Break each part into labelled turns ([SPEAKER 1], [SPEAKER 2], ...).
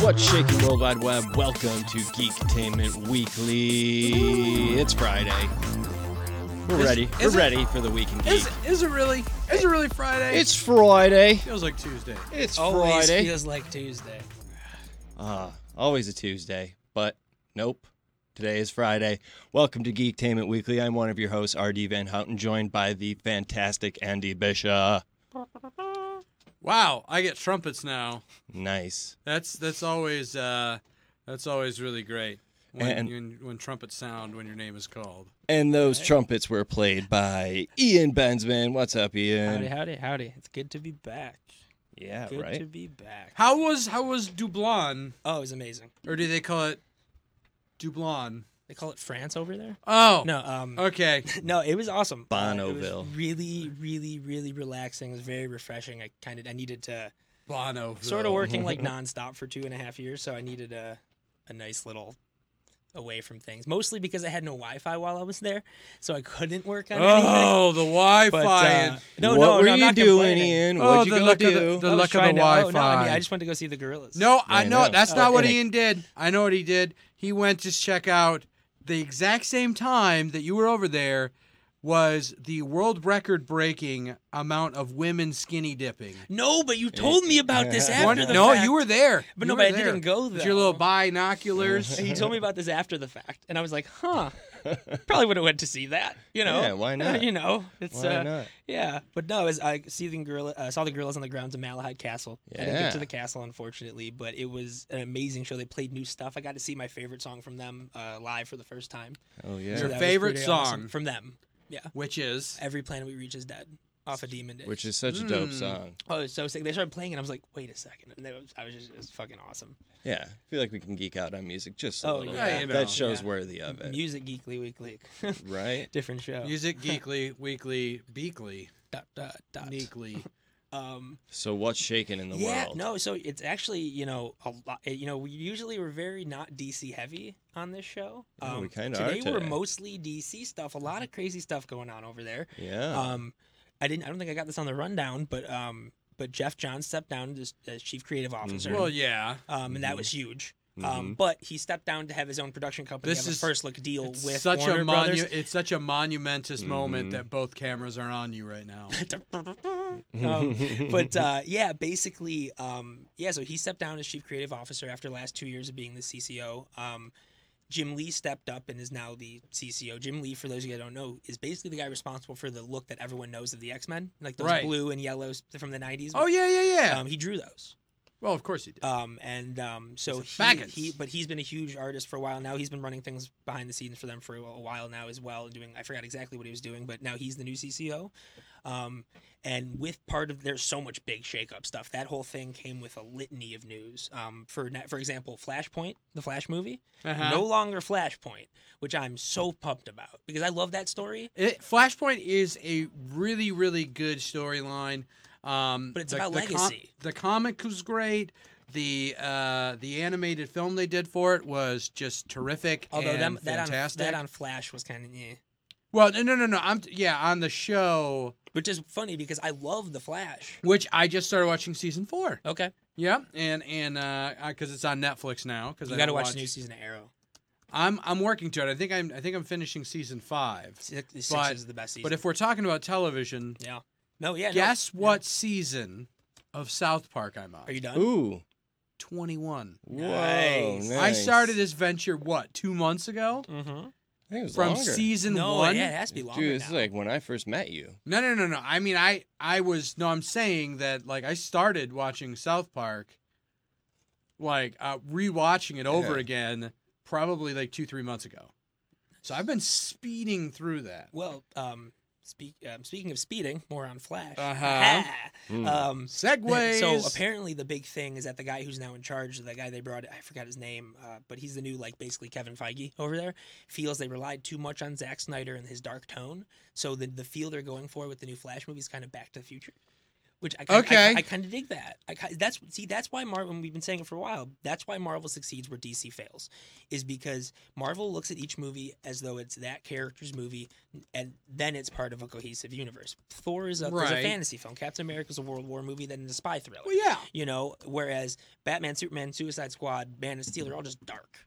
[SPEAKER 1] What's shaking World Wide Web? Welcome to Geektainment Weekly. It's Friday. We're
[SPEAKER 2] Is-
[SPEAKER 1] ready.
[SPEAKER 2] is
[SPEAKER 1] We're
[SPEAKER 2] it-
[SPEAKER 1] ready for the weekend geek.
[SPEAKER 2] Is is it really? Is it really Friday?
[SPEAKER 1] It's Friday.
[SPEAKER 2] feels like Tuesday.
[SPEAKER 1] It's
[SPEAKER 3] Always
[SPEAKER 1] Friday.
[SPEAKER 3] feels like Tuesday.
[SPEAKER 1] Ah, always a Tuesday, but nope. Today is Friday. Welcome to Geektainment Weekly. I'm one of your hosts, R.D. Van Houten, joined by the fantastic Andy Bisha.
[SPEAKER 2] Wow, I get trumpets now.
[SPEAKER 1] Nice.
[SPEAKER 2] That's that's always uh, that's always really great when
[SPEAKER 1] And-
[SPEAKER 2] when, when trumpets sound when your name is called.
[SPEAKER 1] And those trumpets were played by Ian Benzman. What's up,
[SPEAKER 3] Howdy,
[SPEAKER 1] Ian?
[SPEAKER 3] howdy, howdy. It's good to be back.
[SPEAKER 1] Yeah,
[SPEAKER 3] Good to
[SPEAKER 1] right.
[SPEAKER 3] be back.
[SPEAKER 2] How was how was Dublon
[SPEAKER 3] Oh, it was amazing.
[SPEAKER 2] or do they call it Dublon?
[SPEAKER 3] They call it France over there?
[SPEAKER 2] Oh,
[SPEAKER 3] No, um
[SPEAKER 2] okay.
[SPEAKER 3] no, it was awesome. Uh, it was
[SPEAKER 1] Bonneville.
[SPEAKER 3] really, really, really relaxing. It was very refreshing. I kind of I needed to
[SPEAKER 2] Bono.
[SPEAKER 3] sort of working like nonstop for two and a half years, so I needed a a nice little away from things. Mostly because I had no Wi-Fi while I was there, so I couldn't work on anything.
[SPEAKER 2] Oh, the Wi-Fi.
[SPEAKER 3] But, uh, no,
[SPEAKER 1] what
[SPEAKER 3] no,
[SPEAKER 1] were
[SPEAKER 3] no, I'm
[SPEAKER 1] you
[SPEAKER 3] not
[SPEAKER 1] doing,
[SPEAKER 3] complaining.
[SPEAKER 1] Ian?
[SPEAKER 2] Oh,
[SPEAKER 1] What'd you
[SPEAKER 2] the
[SPEAKER 1] go
[SPEAKER 2] luck of the-
[SPEAKER 1] do?
[SPEAKER 2] the-
[SPEAKER 3] I was
[SPEAKER 2] luck of the
[SPEAKER 3] trying to- oh, no, I,
[SPEAKER 2] Wi-Fi.
[SPEAKER 3] mean, I just wanted to go see the gorillas.
[SPEAKER 2] no, I
[SPEAKER 1] I
[SPEAKER 2] know
[SPEAKER 1] know.
[SPEAKER 2] that's not what
[SPEAKER 1] Okay.
[SPEAKER 2] Ian did. I know what he did. He went to check out the exact same time that you were over there was the world record breaking amount of women skinny dipping.
[SPEAKER 3] No, but you told me about this
[SPEAKER 1] Yeah.
[SPEAKER 3] after
[SPEAKER 2] One-
[SPEAKER 3] the
[SPEAKER 2] no,
[SPEAKER 3] fact.
[SPEAKER 2] you were there.
[SPEAKER 3] But
[SPEAKER 2] You
[SPEAKER 3] no,
[SPEAKER 2] were
[SPEAKER 3] but I
[SPEAKER 2] there.
[SPEAKER 3] didn't go
[SPEAKER 2] With
[SPEAKER 3] though.
[SPEAKER 2] your little binoculars.
[SPEAKER 3] he told me about this after the fact, and I was like, "Huh, probably would have went to see that." You know?
[SPEAKER 1] Yeah, why not?
[SPEAKER 3] you know, it's
[SPEAKER 1] Why
[SPEAKER 3] uh,
[SPEAKER 1] not?
[SPEAKER 3] yeah. But no, as I see the gorilla, uh, saw the gorillas on the grounds of Malahide Castle. I didn't
[SPEAKER 1] Yeah.
[SPEAKER 3] get to the castle, unfortunately, but it was an amazing show. They played new stuff. I got to see my favorite song from them uh, live for the first time.
[SPEAKER 1] Oh
[SPEAKER 3] So
[SPEAKER 1] yeah,
[SPEAKER 2] Your
[SPEAKER 3] that was
[SPEAKER 2] favorite
[SPEAKER 3] pretty awesome.
[SPEAKER 2] song?
[SPEAKER 3] from them?
[SPEAKER 2] Which is
[SPEAKER 3] Every planet we reach is dead. Off of Demon Day.
[SPEAKER 1] which is such a dope
[SPEAKER 2] Mm.
[SPEAKER 1] song.
[SPEAKER 3] oh, it was so sick. They started playing, and I was like, "Wait a second. And it was, I was just, it was fucking awesome.
[SPEAKER 1] Yeah, I feel like we can geek out on music just a
[SPEAKER 3] Oh,
[SPEAKER 1] little.
[SPEAKER 3] yeah. Yeah,
[SPEAKER 1] bit.
[SPEAKER 3] you
[SPEAKER 2] know.
[SPEAKER 1] That show's
[SPEAKER 3] Yeah.
[SPEAKER 1] worthy of it,
[SPEAKER 3] Music Geekly Weekly,
[SPEAKER 1] right?
[SPEAKER 3] different show.
[SPEAKER 2] Music Geekly, Weekly, Beekly,
[SPEAKER 3] dot dot dot.
[SPEAKER 2] Neekly.
[SPEAKER 3] Um,
[SPEAKER 1] So what's shaking in the
[SPEAKER 3] yeah,
[SPEAKER 1] world?
[SPEAKER 3] no. So it's actually you know a lot. You know, we usually were very not DC heavy on this show. Um,
[SPEAKER 1] Yeah, Oh, we kinda are
[SPEAKER 3] today we're
[SPEAKER 1] today.
[SPEAKER 3] mostly DC stuff. A lot of crazy stuff going on over there.
[SPEAKER 1] Yeah.
[SPEAKER 3] Um, I didn't. I don't think I got this on the rundown, but um, but Jeff John stepped down as, as chief creative officer.
[SPEAKER 1] Mhm.
[SPEAKER 2] Well, yeah.
[SPEAKER 3] Um, and
[SPEAKER 1] Mhm.
[SPEAKER 3] that was huge.
[SPEAKER 1] Mhm.
[SPEAKER 3] Um, but he stepped down to have his own production company.
[SPEAKER 2] This
[SPEAKER 3] have
[SPEAKER 2] is-
[SPEAKER 3] a first look deal
[SPEAKER 2] It's
[SPEAKER 3] with
[SPEAKER 2] such
[SPEAKER 3] Warner
[SPEAKER 2] a
[SPEAKER 3] Brothers.
[SPEAKER 2] monu- it's such a monumentous moment
[SPEAKER 1] Mhm.
[SPEAKER 2] that both cameras are on you right now.
[SPEAKER 1] Mm-hmm.
[SPEAKER 3] um, but uh, yeah, basically, um, yeah. So he stepped down as chief creative officer after the last two years of being the CCO. Um, Jim Lee stepped up and is now the CCO. Jim Lee, for those of you that don't know, is basically the guy responsible for the look that everyone knows of the X Men, like those
[SPEAKER 2] Right.
[SPEAKER 3] blue and yellows from the '90s.
[SPEAKER 2] Oh yeah, yeah, yeah.
[SPEAKER 3] Um, he drew those.
[SPEAKER 2] well, of course you did.
[SPEAKER 3] Um, and um, so
[SPEAKER 2] It's
[SPEAKER 3] he,
[SPEAKER 2] faggots.
[SPEAKER 3] he, but he's been a huge artist for a while now. He's been running things behind the scenes for them for a while now as well, and doing I forgot exactly what he was doing, but now he's the new CCO. Um, and with part of there's so much big shakeup stuff. That whole thing came with a litany of news. Um, for net- for example, Flashpoint, the Flash movie,
[SPEAKER 2] Uh-huh.
[SPEAKER 3] no longer Flashpoint, which I'm so pumped about because I love that story.
[SPEAKER 2] It, Flashpoint is a really, really good storyline. Um,
[SPEAKER 3] But it's
[SPEAKER 2] the-
[SPEAKER 3] about
[SPEAKER 2] the com-
[SPEAKER 3] legacy.
[SPEAKER 2] the comic was great. The uh, the animated film they did for it was just terrific.
[SPEAKER 3] Although
[SPEAKER 2] and
[SPEAKER 3] them, that on,
[SPEAKER 2] fantastic.
[SPEAKER 3] that on Flash was kind of yeah.
[SPEAKER 2] well, no, no, no, no. I'm yeah on the show,
[SPEAKER 3] which is funny because I love the Flash.
[SPEAKER 2] which I just started watching season four.
[SPEAKER 3] Okay,
[SPEAKER 2] Yeah, and and because it's on Netflix now. Because
[SPEAKER 3] you
[SPEAKER 2] I
[SPEAKER 3] got to
[SPEAKER 2] don't
[SPEAKER 3] watch,
[SPEAKER 2] watch
[SPEAKER 3] the new season of Arrow.
[SPEAKER 2] I'm I'm working to it. I think I'm I think I'm finishing season five.
[SPEAKER 3] Six, six
[SPEAKER 2] But-
[SPEAKER 3] is the best season.
[SPEAKER 2] But if we're talking about television,
[SPEAKER 3] yeah, no, yeah. no.
[SPEAKER 2] guess
[SPEAKER 3] Yeah.
[SPEAKER 2] what season of South Park I'm on?
[SPEAKER 3] Are you done?
[SPEAKER 1] Ooh.
[SPEAKER 2] Twenty one.
[SPEAKER 1] Whoa.
[SPEAKER 3] Nice. I
[SPEAKER 2] I
[SPEAKER 1] nice.
[SPEAKER 2] started this venture what two months ago
[SPEAKER 3] Mm-hmm.
[SPEAKER 1] I think it was
[SPEAKER 2] from
[SPEAKER 1] longer.
[SPEAKER 2] season
[SPEAKER 3] No,
[SPEAKER 2] one.
[SPEAKER 3] yeah, it has to be longer
[SPEAKER 1] Dude, this
[SPEAKER 3] now.
[SPEAKER 1] is like when I first met you.
[SPEAKER 2] No, no, no, no. I mean, I I was no. I'm saying that like I started watching South Park, like uh, rewatching it over
[SPEAKER 1] Yeah.
[SPEAKER 2] again, probably like two three months ago. So I've been speeding through that.
[SPEAKER 3] well, um, speak, um, speaking of speeding, more on Flash.
[SPEAKER 2] Uh-huh.
[SPEAKER 1] Mm.
[SPEAKER 3] um,
[SPEAKER 2] Segways.
[SPEAKER 3] So apparently the big thing is that the guy who's now in charge, the guy they brought, I forgot his name, uh, but he's the new like basically Kevin Feige over there, feels they relied too much on Zack Snyder and his dark tone. So the the feel they're going for with the new Flash movie is kind of Back to the Future, which I kind
[SPEAKER 2] Okay.
[SPEAKER 3] I, kind of dig that. I ki- that's see that's why Marvel. We've been saying it for a while. That's why Marvel succeeds where DC fails, is because Marvel looks at each movie as though it's that character's movie, and then it's part of a cohesive universe. Thor is a, is a
[SPEAKER 2] Right.
[SPEAKER 3] fantasy film. Captain America's a World War movie, then it's a spy thriller.
[SPEAKER 2] Well, yeah.
[SPEAKER 3] You know, whereas Batman, Superman, Suicide Squad, Man of Steel are all just dark.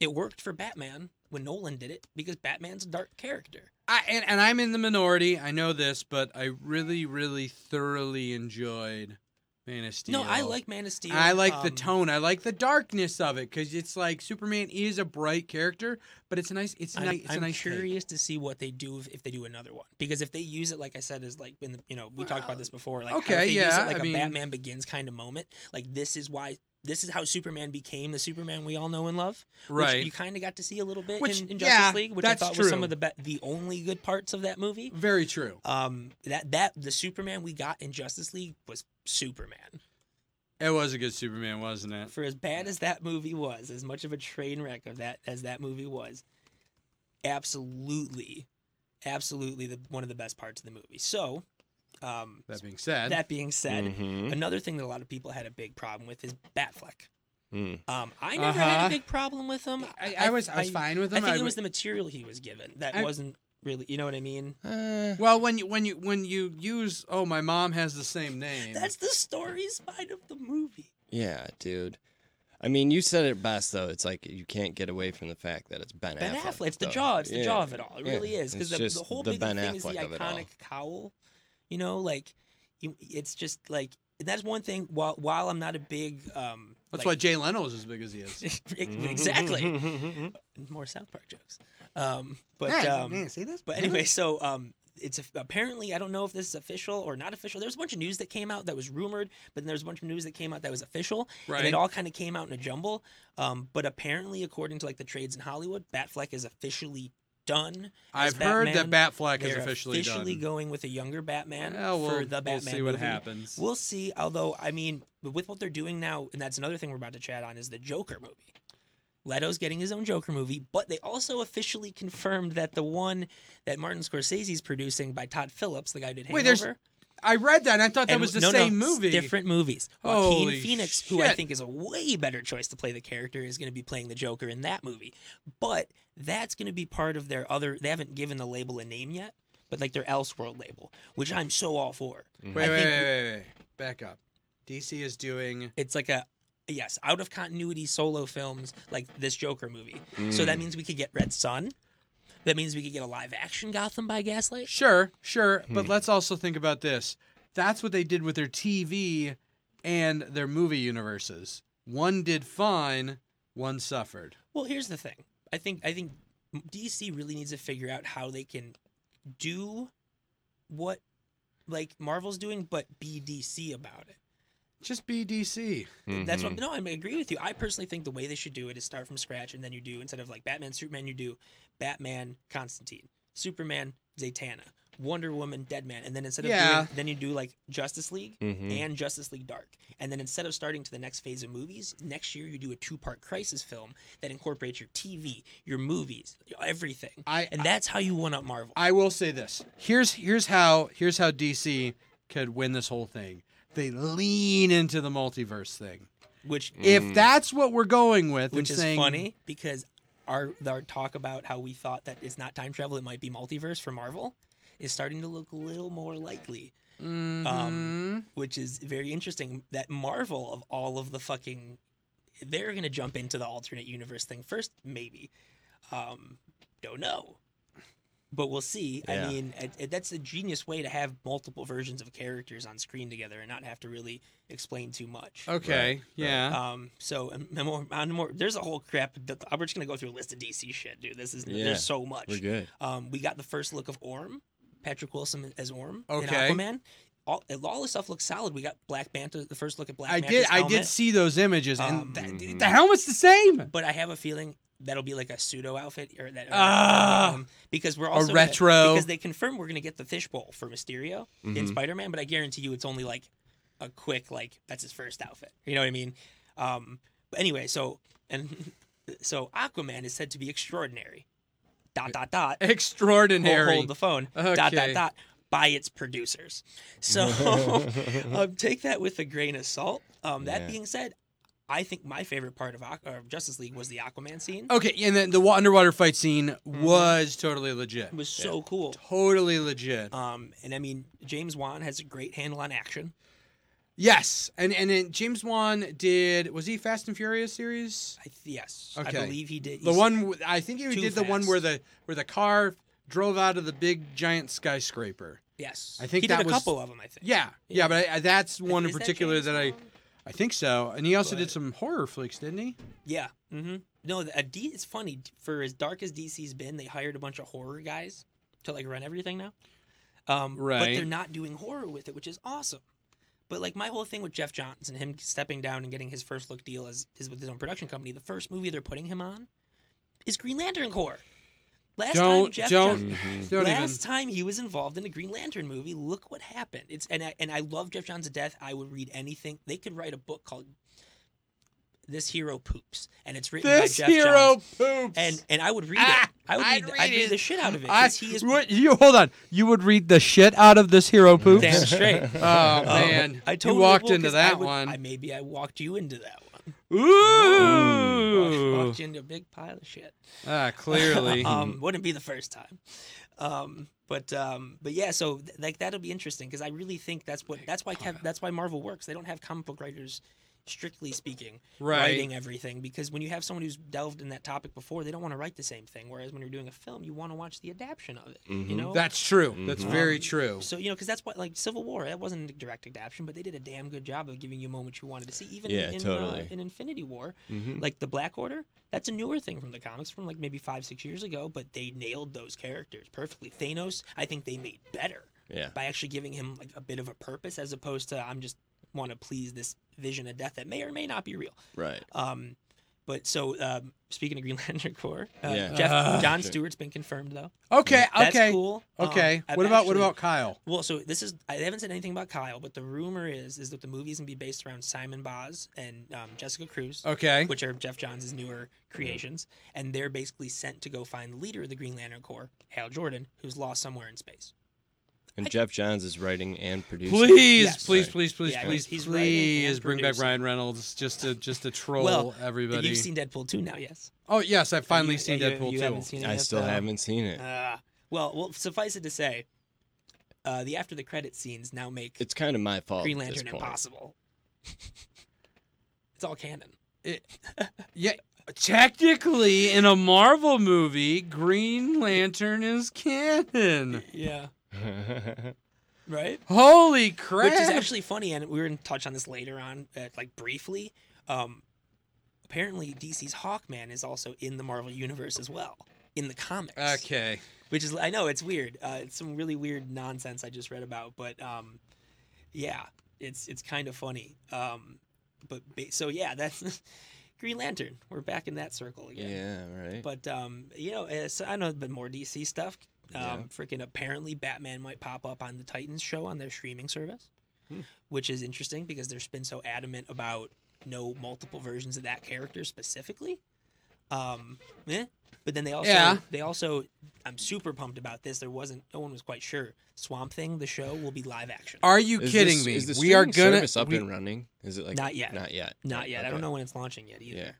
[SPEAKER 3] It worked for Batman when Nolan did it because Batman's a dark character.
[SPEAKER 2] I, and, and I'm in the minority. I know this, but I really, really thoroughly enjoyed Man of Steel.
[SPEAKER 3] No, I like Man of Steel.
[SPEAKER 2] I like the
[SPEAKER 3] um,
[SPEAKER 2] tone. I like the darkness of it because it's like Superman is a bright character, but it's a nice. It's
[SPEAKER 3] I'm,
[SPEAKER 2] nice. It's
[SPEAKER 3] I'm
[SPEAKER 2] a nice. take.
[SPEAKER 3] curious to see what they do if, if they do another one because if they use it like I said is like in the, you know we talked
[SPEAKER 2] Well,
[SPEAKER 3] about this before like
[SPEAKER 2] okay,
[SPEAKER 3] how if they use
[SPEAKER 2] yeah,
[SPEAKER 3] it like
[SPEAKER 2] I
[SPEAKER 3] a
[SPEAKER 2] mean-
[SPEAKER 3] Batman Begins kind of moment like this is why this is how Superman became the Superman we all know and love which
[SPEAKER 2] Right.
[SPEAKER 3] you kind of got to see a little bit
[SPEAKER 2] Which-
[SPEAKER 3] in, in Justice
[SPEAKER 2] yeah,
[SPEAKER 3] League which I
[SPEAKER 2] that's
[SPEAKER 3] thought was some
[SPEAKER 2] true.
[SPEAKER 3] of the be- the only good parts of that movie
[SPEAKER 2] Very true.
[SPEAKER 3] um that that the Superman we got in Justice League was Superman
[SPEAKER 2] It was a good Superman, wasn't it?
[SPEAKER 3] for as bad as that movie was, as much of a train wreck of that as that movie was, absolutely, absolutely the one of the best parts of the movie. So, um,
[SPEAKER 2] That being said,
[SPEAKER 3] that being said,
[SPEAKER 1] Mhm.
[SPEAKER 3] another thing that a lot of people had a big problem with is Batfleck.
[SPEAKER 1] Mm.
[SPEAKER 3] Um, I never had
[SPEAKER 2] Uh-huh.
[SPEAKER 3] a big problem with him.
[SPEAKER 2] I, I was I was fine with
[SPEAKER 3] um, I
[SPEAKER 2] him.
[SPEAKER 3] think it
[SPEAKER 2] w-
[SPEAKER 3] was the material he was given that
[SPEAKER 2] I-
[SPEAKER 3] wasn't really, you know what I mean.
[SPEAKER 1] Uh,
[SPEAKER 2] well when you when you when you use oh my mom has the same name.
[SPEAKER 3] That's the story side of the movie.
[SPEAKER 1] yeah, dude. I mean, you said it best though. It's like you can't get away from the fact that it's Ben,
[SPEAKER 3] Ben Affleck. It's the
[SPEAKER 1] though.
[SPEAKER 3] jaw. It's the
[SPEAKER 1] Yeah.
[SPEAKER 3] jaw of it all. It
[SPEAKER 1] Yeah.
[SPEAKER 3] really is because
[SPEAKER 1] It's
[SPEAKER 3] the,
[SPEAKER 1] just
[SPEAKER 3] the whole
[SPEAKER 1] the
[SPEAKER 3] big
[SPEAKER 1] Ben
[SPEAKER 3] thing is the
[SPEAKER 1] Affleck of it all.
[SPEAKER 3] iconic cowl. You know, like you, it's just like that's one thing. While while I'm not a big um,
[SPEAKER 2] That's why
[SPEAKER 3] like,
[SPEAKER 2] Jay Leno is as big as he is. Mm-hmm.
[SPEAKER 3] exactly more South Park jokes. Um, but um,
[SPEAKER 2] see this?
[SPEAKER 3] but anyway, so um, it's a, apparently I don't know if this is official or not official. There was a bunch of news that came out that was rumored, but then there was a bunch of news that came out that was official, and
[SPEAKER 2] right?
[SPEAKER 3] it all kind of came out in a jumble. Um, but apparently, according to like the trades in Hollywood, Batfleck is officially done. as
[SPEAKER 2] I've heard
[SPEAKER 3] Batman.
[SPEAKER 2] that Batfleck is
[SPEAKER 3] They're
[SPEAKER 2] officially, done.
[SPEAKER 3] going with a younger Batman
[SPEAKER 2] Well, we'll,
[SPEAKER 3] for the Batman.
[SPEAKER 2] we'll see what
[SPEAKER 3] movie.
[SPEAKER 2] happens.
[SPEAKER 3] We'll see. Although, I mean, with what they're doing now, and that's another thing we're about to chat on is the Joker movie. Leto's getting his own Joker movie, but they also officially confirmed that the one that Martin Scorsese's producing by Todd Phillips, the guy who did Hangover,
[SPEAKER 2] Wait, there's- I read that and I thought that
[SPEAKER 3] and-
[SPEAKER 2] was the
[SPEAKER 3] no, no,
[SPEAKER 2] same
[SPEAKER 3] it's
[SPEAKER 2] movie.
[SPEAKER 3] Different movies. Joaquin
[SPEAKER 2] Holy
[SPEAKER 3] Phoenix, who I
[SPEAKER 2] shit.
[SPEAKER 3] think is a way better choice to play the character, is going to be playing the Joker in that movie. But that's going to be part of their other. They haven't given the label a name yet, but like their Elseworld label, which I'm so all for.
[SPEAKER 2] Wait,
[SPEAKER 3] I
[SPEAKER 2] wait,
[SPEAKER 3] think-
[SPEAKER 2] wait, wait, wait. Back up. DC is doing
[SPEAKER 3] It's like a yes, out of continuity solo films like this Joker movie. So
[SPEAKER 1] Mm.
[SPEAKER 3] that means we could get Red Sun. That means we could get a live action Gotham by Gaslight.
[SPEAKER 2] Sure, sure, but let's also think about this. That's what they did with their TV and their movie universes. One did fine, one suffered.
[SPEAKER 3] Well, here's the thing. I think I think DC really needs to figure out how they can do what like Marvel's doing, but be DC about it.
[SPEAKER 2] Just be DC.
[SPEAKER 1] Mm-hmm.
[SPEAKER 3] That's what. No, I agree with you. I personally think the way they should do it is start from scratch, and then you do instead of like Batman, Superman, you do Batman, Constantine, Superman, Zatanna, Wonder Woman, Deadman, and then instead of
[SPEAKER 2] Yeah.
[SPEAKER 3] doing, then you do like Justice League
[SPEAKER 1] Mhm.
[SPEAKER 3] and Justice League Dark. And then instead of starting to the next phase of movies, next year you do a two part crisis film that incorporates your TV, your movies, everything.
[SPEAKER 2] I
[SPEAKER 3] And that's how you one up Marvel.
[SPEAKER 2] I will say this. Here's here's how here's how DC could win this whole thing. They lean into the multiverse thing.
[SPEAKER 3] Which
[SPEAKER 2] If that's what we're going with,
[SPEAKER 3] Mm. which
[SPEAKER 2] and
[SPEAKER 3] is
[SPEAKER 2] saying,
[SPEAKER 3] funny because our our talk about how we thought that it's not time travel, it might be multiverse for Marvel, is starting to look a little more likely,
[SPEAKER 2] mhm,
[SPEAKER 3] which is very interesting. That Marvel of all of the fucking, they're gonna jump into the alternate universe thing first, maybe. Um, don't know. But we'll see.
[SPEAKER 1] Yeah.
[SPEAKER 3] I mean, it, it- that's a genius way to have multiple versions of characters on screen together and not have to really explain too much.
[SPEAKER 2] okay,
[SPEAKER 1] Right,
[SPEAKER 2] Oh, yeah.
[SPEAKER 3] Um. So and and more, and more, there's a whole crap. I'm just gonna go through a list of DC shit, dude. This is
[SPEAKER 1] Yeah.
[SPEAKER 3] there's so much.
[SPEAKER 1] We're good.
[SPEAKER 3] Um. We got the first look of Orm, Patrick Wilson as Orm
[SPEAKER 2] Okay.
[SPEAKER 3] in Aquaman. All, all this stuff looks solid. We got Black Panther. The first look at Black.
[SPEAKER 2] I
[SPEAKER 3] Panther's
[SPEAKER 2] did I did
[SPEAKER 3] helmet.
[SPEAKER 2] see those images
[SPEAKER 3] Um,
[SPEAKER 2] and th- th- the helmet's the same.
[SPEAKER 3] But I have a feeling that'll be like a pseudo outfit or that.
[SPEAKER 2] Ah.
[SPEAKER 3] um, because we're also gonna-
[SPEAKER 2] retro. Mm-hmm.
[SPEAKER 3] because they confirm we're gonna get the fishbowl for Mysterio in
[SPEAKER 1] Mhm.
[SPEAKER 3] Spider Man, but I guarantee you it's only like a quick like that's his first outfit. You know what I mean? Um, but anyway, so and so Aquaman is said to be extraordinary. Dot dot dot. Hold-
[SPEAKER 2] Eh, Extraordinary.
[SPEAKER 3] Hold the phone. Dot dot
[SPEAKER 2] Okay.
[SPEAKER 3] dot. by its producers. So um, take that with a grain of salt. Um, that
[SPEAKER 1] Yeah.
[SPEAKER 3] being said, I think my favorite part of, Aqu- of Justice League was the Aquaman scene.
[SPEAKER 2] Okay, and then the wa- underwater fight scene was totally legit.
[SPEAKER 3] Mm-hmm. It was so cool.
[SPEAKER 2] Totally legit.
[SPEAKER 3] Um, and I mean, James Wan has a great handle on action.
[SPEAKER 2] Yes, and and then James Wan did was he Fast and Furious series?
[SPEAKER 3] I, yes,
[SPEAKER 2] Okay.
[SPEAKER 3] I believe he did.
[SPEAKER 2] The
[SPEAKER 3] he's-
[SPEAKER 2] one w- I think he
[SPEAKER 3] too
[SPEAKER 2] did the one where
[SPEAKER 3] fast.
[SPEAKER 2] the where the car drove out of the big giant skyscraper.
[SPEAKER 3] yes,
[SPEAKER 2] I think
[SPEAKER 3] he
[SPEAKER 2] that
[SPEAKER 3] did a
[SPEAKER 2] was-
[SPEAKER 3] couple of them. I think.
[SPEAKER 2] Yeah, yeah, but I, I, that's
[SPEAKER 3] I-
[SPEAKER 2] one in
[SPEAKER 3] is that
[SPEAKER 2] particular
[SPEAKER 3] James
[SPEAKER 2] that I
[SPEAKER 3] Wan?
[SPEAKER 2] I think so. And he also
[SPEAKER 3] But-
[SPEAKER 2] did some horror flicks, didn't he?
[SPEAKER 3] Yeah. Mm-hmm. No, the- a D. It's funny for as dark as DC's been, they hired a bunch of horror guys to like run everything now. Um, But they're
[SPEAKER 2] Right.
[SPEAKER 3] not doing horror with it, which is awesome. But like my whole thing with Jeff Johnson, him stepping down and getting his first look deal is is with his own production company. The first movie they're putting him on is Green Lantern Corps. Last time
[SPEAKER 2] Don't-
[SPEAKER 3] Jeff
[SPEAKER 2] don't-
[SPEAKER 3] Johnson,
[SPEAKER 1] Mhm.
[SPEAKER 2] Don't even.
[SPEAKER 3] last time he was involved in a Green Lantern movie, look what happened. It's and I, and I love Jeff Johns to death. I would read anything. They could write a book called "This Hero Poops," and it's written
[SPEAKER 2] This
[SPEAKER 3] by Jeff
[SPEAKER 2] hero
[SPEAKER 3] Johns.
[SPEAKER 2] poops.
[SPEAKER 3] And and I would read
[SPEAKER 2] Ah,
[SPEAKER 3] it. I would
[SPEAKER 2] I'd
[SPEAKER 3] read, I'd
[SPEAKER 2] read
[SPEAKER 3] read
[SPEAKER 2] it.
[SPEAKER 3] the shit out of it.
[SPEAKER 2] I,
[SPEAKER 3] 'cause he is
[SPEAKER 2] what, you hold on. You would read the shit out of this hero poops.
[SPEAKER 3] damn straight.
[SPEAKER 2] Oh
[SPEAKER 3] Um,
[SPEAKER 2] man,
[SPEAKER 3] I totally
[SPEAKER 2] you walked
[SPEAKER 3] will,
[SPEAKER 2] into
[SPEAKER 3] 'cause I
[SPEAKER 2] that
[SPEAKER 3] would-
[SPEAKER 2] one.
[SPEAKER 3] I, maybe I walked you into that one.
[SPEAKER 2] Ooh.
[SPEAKER 3] Walked you into a big pile of shit.
[SPEAKER 2] Ah, clearly.
[SPEAKER 1] Hmm.
[SPEAKER 3] um, wouldn't be the first time. Um, but um, but yeah, so th- like that'll be interesting because I really think that's what that's why Kev, that's why Marvel works. They don't have comic book writers, strictly speaking,
[SPEAKER 2] Right.
[SPEAKER 3] writing everything because when you have someone who's delved in that topic before, they don't want to write the same thing. Whereas when you're doing a film, you want to watch the adaptation of it. You
[SPEAKER 1] Mhm.
[SPEAKER 3] know.
[SPEAKER 2] That's true. That's very
[SPEAKER 3] Um,
[SPEAKER 2] true.
[SPEAKER 3] so you know, because that's what like Civil War. That wasn't a direct adaptation, but they did a damn good job of giving you a moment you wanted to see. Even
[SPEAKER 1] Yeah,
[SPEAKER 3] in, uh,
[SPEAKER 1] totally.
[SPEAKER 3] in Infinity War,
[SPEAKER 1] Mhm.
[SPEAKER 3] like the Black Order, that's a newer thing from the comics from like maybe five, six years ago, but they nailed those characters perfectly. Thanos, I think they made better
[SPEAKER 1] Mm-hmm. Yeah.
[SPEAKER 3] by actually giving him like a bit of a purpose as opposed to I'm just want to please this vision of death that may or may not be real.
[SPEAKER 1] Right.
[SPEAKER 3] Um, but so um, speaking of Green Lantern Corps, uh,
[SPEAKER 1] Yeah.
[SPEAKER 3] Jeff
[SPEAKER 2] Ah.
[SPEAKER 3] John Stewart's been confirmed though.
[SPEAKER 2] Okay,
[SPEAKER 3] That's
[SPEAKER 2] okay.
[SPEAKER 3] cool. Um,
[SPEAKER 2] Okay.
[SPEAKER 3] I've
[SPEAKER 2] what about what
[SPEAKER 3] actually-
[SPEAKER 2] about Kyle?
[SPEAKER 3] well, so this is I haven't said anything about Kyle, but the rumor is is that the movie's gonna be based around Simon Boz and um, Jessica Cruz
[SPEAKER 2] Okay.
[SPEAKER 3] which are Jeff Johns' newer creations, and they're basically sent to go find the leader of the Green Lantern Corps, Hal Jordan, who's lost somewhere in space.
[SPEAKER 1] And Jeff Johns is writing and producing.
[SPEAKER 2] Please,
[SPEAKER 3] Yes.
[SPEAKER 2] please,
[SPEAKER 1] Right.
[SPEAKER 2] please, please,
[SPEAKER 3] Yeah,
[SPEAKER 2] please,
[SPEAKER 3] he's- he's writing
[SPEAKER 2] please
[SPEAKER 3] and
[SPEAKER 2] bring back
[SPEAKER 3] producing.
[SPEAKER 2] Ryan Reynolds just to just to troll
[SPEAKER 3] Well, And
[SPEAKER 2] everybody.
[SPEAKER 3] you've seen Deadpool 2 now, yes?
[SPEAKER 2] oh yes, I've finally
[SPEAKER 3] You-
[SPEAKER 2] seen
[SPEAKER 3] you-
[SPEAKER 2] Deadpool
[SPEAKER 3] you
[SPEAKER 2] too.
[SPEAKER 3] haven't seen it
[SPEAKER 1] I
[SPEAKER 3] yet,
[SPEAKER 1] still
[SPEAKER 3] though?
[SPEAKER 1] haven't seen it.
[SPEAKER 3] Ah. well, well, suffice it to say, uh, the after the credit scenes now make
[SPEAKER 1] It's kind of my fault.
[SPEAKER 3] Green
[SPEAKER 1] at this
[SPEAKER 3] Lantern
[SPEAKER 1] point.
[SPEAKER 3] impossible. it's all canon.
[SPEAKER 2] Yeah, technically, in a Marvel movie, Green Lantern is canon.
[SPEAKER 3] Yeah. Right?
[SPEAKER 2] Holy crap!
[SPEAKER 3] Which is actually funny, and we were going to touch on this later on, uh, like briefly. Um, apparently, DC's Hawkman is also in the Marvel universe as well in the comics,
[SPEAKER 2] okay.
[SPEAKER 3] which is I know it's weird. Uh, it's some really weird nonsense I just read about, but um, yeah, it's it's kind of funny. Um, but ba- so yeah, that's Green Lantern. We're back in that circle again.
[SPEAKER 1] yeah. Right.
[SPEAKER 3] But um, you know, uh, so I know there's been more DC stuff. Um,
[SPEAKER 1] Yeah.
[SPEAKER 3] Freaking apparently, Batman might pop up on the Titans show on their streaming service,
[SPEAKER 1] Hmm.
[SPEAKER 3] which is interesting because they've been so adamant about no multiple versions of that character specifically. Um, eh. But then they also
[SPEAKER 2] Yeah.
[SPEAKER 3] they also I'm super pumped about this. There wasn't no one was quite sure. Swamp Thing, the show, will be live action.
[SPEAKER 2] Are you
[SPEAKER 1] Is
[SPEAKER 2] kidding
[SPEAKER 1] this-
[SPEAKER 2] me?
[SPEAKER 1] Is the
[SPEAKER 2] we are
[SPEAKER 1] streaming
[SPEAKER 2] gonna.
[SPEAKER 1] service up
[SPEAKER 2] we-
[SPEAKER 1] and running? Is it like
[SPEAKER 3] Not yet.
[SPEAKER 1] Not yet.
[SPEAKER 3] Not yet. I
[SPEAKER 1] Okay.
[SPEAKER 3] don't know when it's launching yet either.
[SPEAKER 1] Yeah.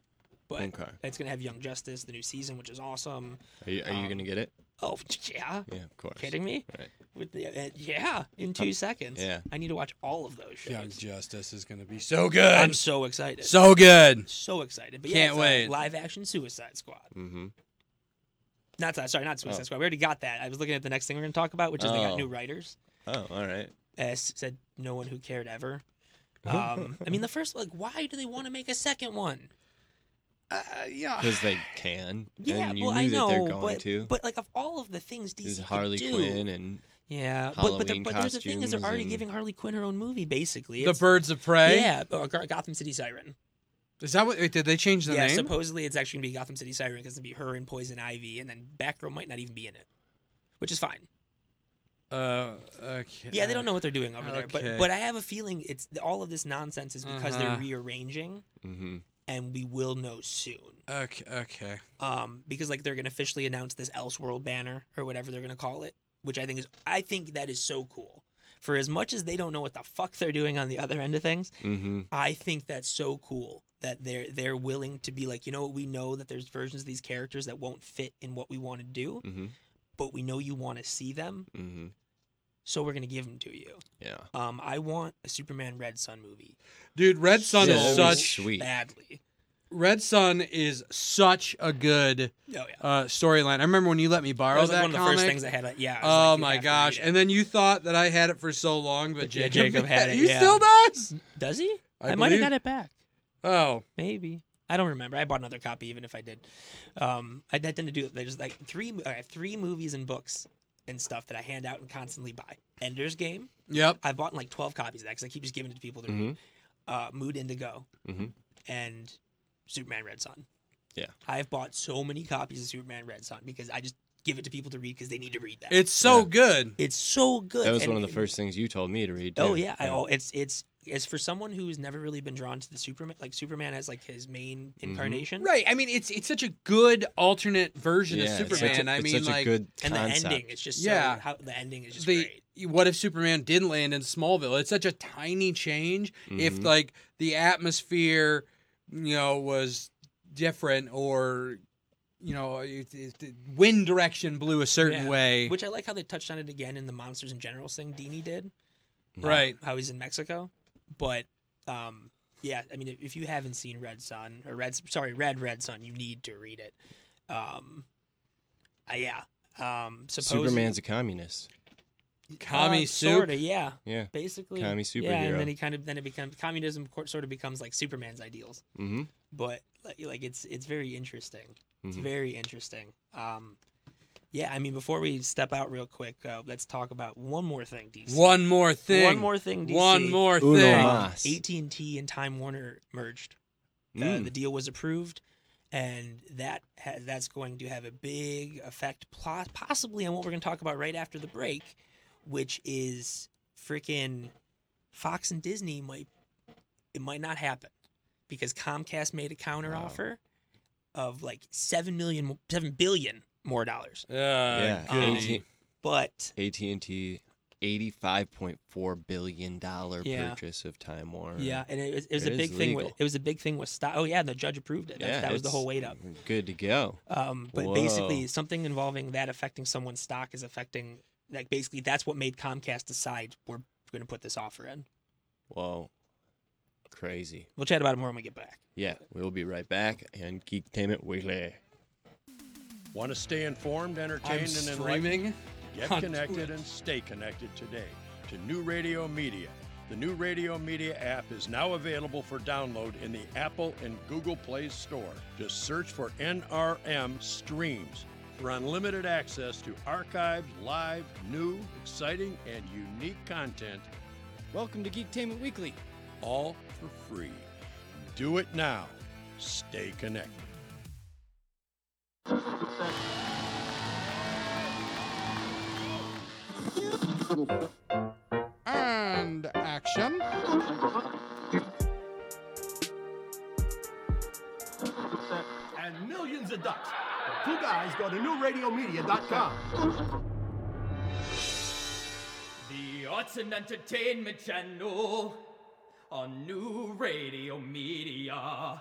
[SPEAKER 3] But
[SPEAKER 1] Okay.
[SPEAKER 3] it's gonna have Young Justice, the new season, which is awesome.
[SPEAKER 1] Are you, are you
[SPEAKER 3] Um,
[SPEAKER 1] gonna get it?
[SPEAKER 3] Oh yeah.
[SPEAKER 1] Yeah, of course.
[SPEAKER 3] Kidding me?
[SPEAKER 1] Right.
[SPEAKER 3] With the, uh, yeah, in two seconds.
[SPEAKER 1] yeah.
[SPEAKER 3] I need to watch all of those shows.
[SPEAKER 2] Young Justice is gonna be so
[SPEAKER 3] I'm
[SPEAKER 2] good.
[SPEAKER 3] so excited. So,
[SPEAKER 2] So good.
[SPEAKER 3] excited. But yeah,
[SPEAKER 2] Can't
[SPEAKER 3] it's, uh,
[SPEAKER 2] wait.
[SPEAKER 3] Live action Suicide Squad.
[SPEAKER 1] Mm-hmm.
[SPEAKER 3] Not uh, sorry, not Suicide
[SPEAKER 1] Oh.
[SPEAKER 3] Squad. We already got that. I was looking at the next thing we're going to talk about, which is they got
[SPEAKER 1] Oh.
[SPEAKER 3] new writers.
[SPEAKER 1] Oh, all right.
[SPEAKER 3] As said, no one who cared ever. Um, I mean, the first like, why do they want to make a second one?
[SPEAKER 2] Uh, yeah.
[SPEAKER 1] Because they can.
[SPEAKER 3] Yeah,
[SPEAKER 1] and you
[SPEAKER 3] well,
[SPEAKER 1] knew
[SPEAKER 3] I know,
[SPEAKER 1] that they're going
[SPEAKER 3] but,
[SPEAKER 1] to.
[SPEAKER 3] but like of all of the things DC
[SPEAKER 1] There's
[SPEAKER 3] could
[SPEAKER 1] Harley
[SPEAKER 3] do-
[SPEAKER 1] Quinn and
[SPEAKER 3] yeah, but but, the,
[SPEAKER 1] Halloween
[SPEAKER 3] but there's the thing is they're
[SPEAKER 1] costumes
[SPEAKER 3] already
[SPEAKER 1] and-
[SPEAKER 3] giving Harley Quinn her own movie basically.
[SPEAKER 2] The
[SPEAKER 3] It's-
[SPEAKER 2] Birds of Prey.
[SPEAKER 3] Yeah, or Go- Gotham City Siren.
[SPEAKER 2] Is that what? Wait, did they change the
[SPEAKER 3] yeah,
[SPEAKER 2] name?
[SPEAKER 3] supposedly it's actually gonna be Gotham City Siren because it's gonna be her and Poison Ivy, and then Batgirl might not even be in it, which is fine.
[SPEAKER 2] uh. Okay.
[SPEAKER 3] Yeah, they don't know what they're doing over there,
[SPEAKER 2] Okay.
[SPEAKER 3] but but I have a feeling it's all of this nonsense is because they're
[SPEAKER 2] Uh-huh.
[SPEAKER 3] rearranging,
[SPEAKER 1] hmm
[SPEAKER 3] and we will know soon.
[SPEAKER 2] Okay. Okay.
[SPEAKER 3] Um, because like they're gonna officially announce this Elseworld banner or whatever they're gonna call it which I think is I think that is so cool. For as much as they don't know what the fuck they're doing on the other end of things,
[SPEAKER 1] Mm-hmm.
[SPEAKER 3] I think that's so cool that they're they're willing to be like, you know what, we know that there's versions of these characters that won't fit in what we want to do,
[SPEAKER 1] Mm-hmm.
[SPEAKER 3] but we know you want to see them,
[SPEAKER 1] Mm-hmm.
[SPEAKER 3] so we're gonna give them to you.
[SPEAKER 1] Yeah.
[SPEAKER 3] Um, I want a Superman Red Sun movie.
[SPEAKER 2] Dude, Red Sun
[SPEAKER 1] Yeah,
[SPEAKER 2] is
[SPEAKER 1] that'd be
[SPEAKER 2] such
[SPEAKER 1] sweet.
[SPEAKER 3] badly.
[SPEAKER 2] Red Sun is such a good
[SPEAKER 3] Oh yeah.
[SPEAKER 2] uh, storyline. I remember when you let me
[SPEAKER 3] That
[SPEAKER 2] borrow
[SPEAKER 3] was like
[SPEAKER 2] that
[SPEAKER 3] one of the
[SPEAKER 2] comic.
[SPEAKER 3] first things I had. Like, yeah. I was
[SPEAKER 2] oh
[SPEAKER 3] like, you
[SPEAKER 2] my
[SPEAKER 3] have to
[SPEAKER 2] gosh!
[SPEAKER 3] read it.
[SPEAKER 2] And then you thought that I had it for so long, but
[SPEAKER 3] Yeah,
[SPEAKER 2] Jacob,
[SPEAKER 3] Jacob had it,
[SPEAKER 2] He
[SPEAKER 3] yeah.
[SPEAKER 2] still does.
[SPEAKER 3] does he?
[SPEAKER 2] I,
[SPEAKER 3] might have
[SPEAKER 2] believe-
[SPEAKER 3] got it back.
[SPEAKER 2] Oh,
[SPEAKER 3] Maybe. I don't remember. I bought another copy, even if I did. Um, I that tend to do it. There's like three. I have three movies and books and stuff that I hand out and constantly buy. Ender's Game.
[SPEAKER 2] yep.
[SPEAKER 3] I've bought like 12 copies of that because I keep just giving it to people to read.
[SPEAKER 1] Mm-hmm.
[SPEAKER 3] Uh, Mood Indigo
[SPEAKER 1] Mhm.
[SPEAKER 3] and Superman Red Sun.
[SPEAKER 1] Yeah.
[SPEAKER 3] I've bought so many copies of Superman Red Sun because I just give it to people to read because they need to read that.
[SPEAKER 2] It's so
[SPEAKER 1] Yeah.
[SPEAKER 2] good.
[SPEAKER 3] it's so good.
[SPEAKER 1] That was
[SPEAKER 3] and-
[SPEAKER 1] one of the
[SPEAKER 3] and-
[SPEAKER 1] first things you told me to read.
[SPEAKER 3] Oh
[SPEAKER 1] too.
[SPEAKER 3] yeah, I, oh, it's it's it's for someone who's never really been drawn to the Superman, like Superman as like his main
[SPEAKER 1] Mm-hmm.
[SPEAKER 3] incarnation,
[SPEAKER 2] Right. I mean, it's it's such a good alternate version
[SPEAKER 1] Yeah,
[SPEAKER 2] of
[SPEAKER 1] it's such
[SPEAKER 2] Superman.
[SPEAKER 1] a-
[SPEAKER 2] I
[SPEAKER 1] it's
[SPEAKER 2] mean,
[SPEAKER 1] such a
[SPEAKER 2] like
[SPEAKER 1] good
[SPEAKER 3] And
[SPEAKER 1] concept.
[SPEAKER 3] the ending, it's just
[SPEAKER 2] Yeah.
[SPEAKER 3] so, how the ending is just
[SPEAKER 2] the
[SPEAKER 3] great.
[SPEAKER 2] what if Superman didn't land in Smallville? It's such a tiny change. If
[SPEAKER 1] Mhm.
[SPEAKER 2] like the atmosphere, you know, was different or. You know, it, it, the wind direction blew a certain
[SPEAKER 3] Yeah.
[SPEAKER 2] way.
[SPEAKER 3] Which I like how they touched on it again in the Monsters and Generals thing Dini did,
[SPEAKER 1] No.
[SPEAKER 2] right.
[SPEAKER 3] how he's in Mexico. But um, yeah, I mean, if, if you haven't seen Red Sun or Red, sorry, Red Red Sun, you need to read it. Um, uh, yeah. Um, supposedly,
[SPEAKER 1] Superman's a communist.
[SPEAKER 2] Commie soup.
[SPEAKER 3] Sort of, yeah.
[SPEAKER 1] Yeah.
[SPEAKER 3] Basically,
[SPEAKER 1] Commie
[SPEAKER 3] Yeah, and
[SPEAKER 1] superhero.
[SPEAKER 3] then he kind of then it becomes communism sort of becomes like Superman's ideals.
[SPEAKER 1] Mm-hmm.
[SPEAKER 3] but like, like it's it's very interesting. It's
[SPEAKER 1] Mhm.
[SPEAKER 3] very interesting. Um, yeah, I mean, before we step out real quick, uh, let's talk about one more thing. DC.
[SPEAKER 2] One more thing.
[SPEAKER 3] One more thing. DC.
[SPEAKER 2] One more
[SPEAKER 1] Uno
[SPEAKER 2] thing. Uh,
[SPEAKER 1] más.
[SPEAKER 3] AT and T and Time Warner merged. Uh,
[SPEAKER 1] Mm.
[SPEAKER 3] the deal was approved, and that ha- that's going to have a big effect, pos- possibly on what we're going to talk about right after the break, which is freaking Fox and Disney might it might not happen because Comcast made a counteroffer
[SPEAKER 1] Wow.
[SPEAKER 3] of like seven million, mo- seven billion more dollars,
[SPEAKER 2] Uh,
[SPEAKER 1] yeah.
[SPEAKER 3] goody.
[SPEAKER 2] goody.
[SPEAKER 3] but
[SPEAKER 1] AT&T $85.4 billion
[SPEAKER 3] Yeah.
[SPEAKER 1] purchase of Time Warner.
[SPEAKER 3] yeah, and it was, it was
[SPEAKER 1] It
[SPEAKER 3] a
[SPEAKER 1] is
[SPEAKER 3] big thing. With,
[SPEAKER 1] legal.
[SPEAKER 3] it was a big thing with stock. Oh yeah, the judge approved it. That,
[SPEAKER 1] Yeah,
[SPEAKER 3] that was the
[SPEAKER 1] it's
[SPEAKER 3] whole wait up.
[SPEAKER 1] Good to go.
[SPEAKER 3] Um, but
[SPEAKER 1] Whoa.
[SPEAKER 3] basically, something involving that affecting someone's stock is affecting, like, basically, that's what made Comcast decide we're going to put this offer in.
[SPEAKER 1] Whoa. Crazy.
[SPEAKER 3] We'll chat about it more when we get back.
[SPEAKER 1] Yeah, we'll be right back and Geektainment Weekly.
[SPEAKER 4] Want to stay informed, entertained,
[SPEAKER 2] I'm
[SPEAKER 4] and enlightened?
[SPEAKER 2] streaming.
[SPEAKER 4] Get
[SPEAKER 2] on
[SPEAKER 4] connected
[SPEAKER 2] Twitter.
[SPEAKER 4] and stay connected today to New Radio Media. The New Radio Media app is now available for download in the Apple and Google Play Store. Just search for NRM Streams for unlimited access to archives, live, new, exciting, and unique content,
[SPEAKER 1] Welcome to Geektainment Weekly.
[SPEAKER 4] all for free. Do it now. Stay connected.
[SPEAKER 2] And action.
[SPEAKER 5] and millions of ducks. The two guys go to newradiomedia.com.
[SPEAKER 6] The Arts and Entertainment Channel on New Radio Media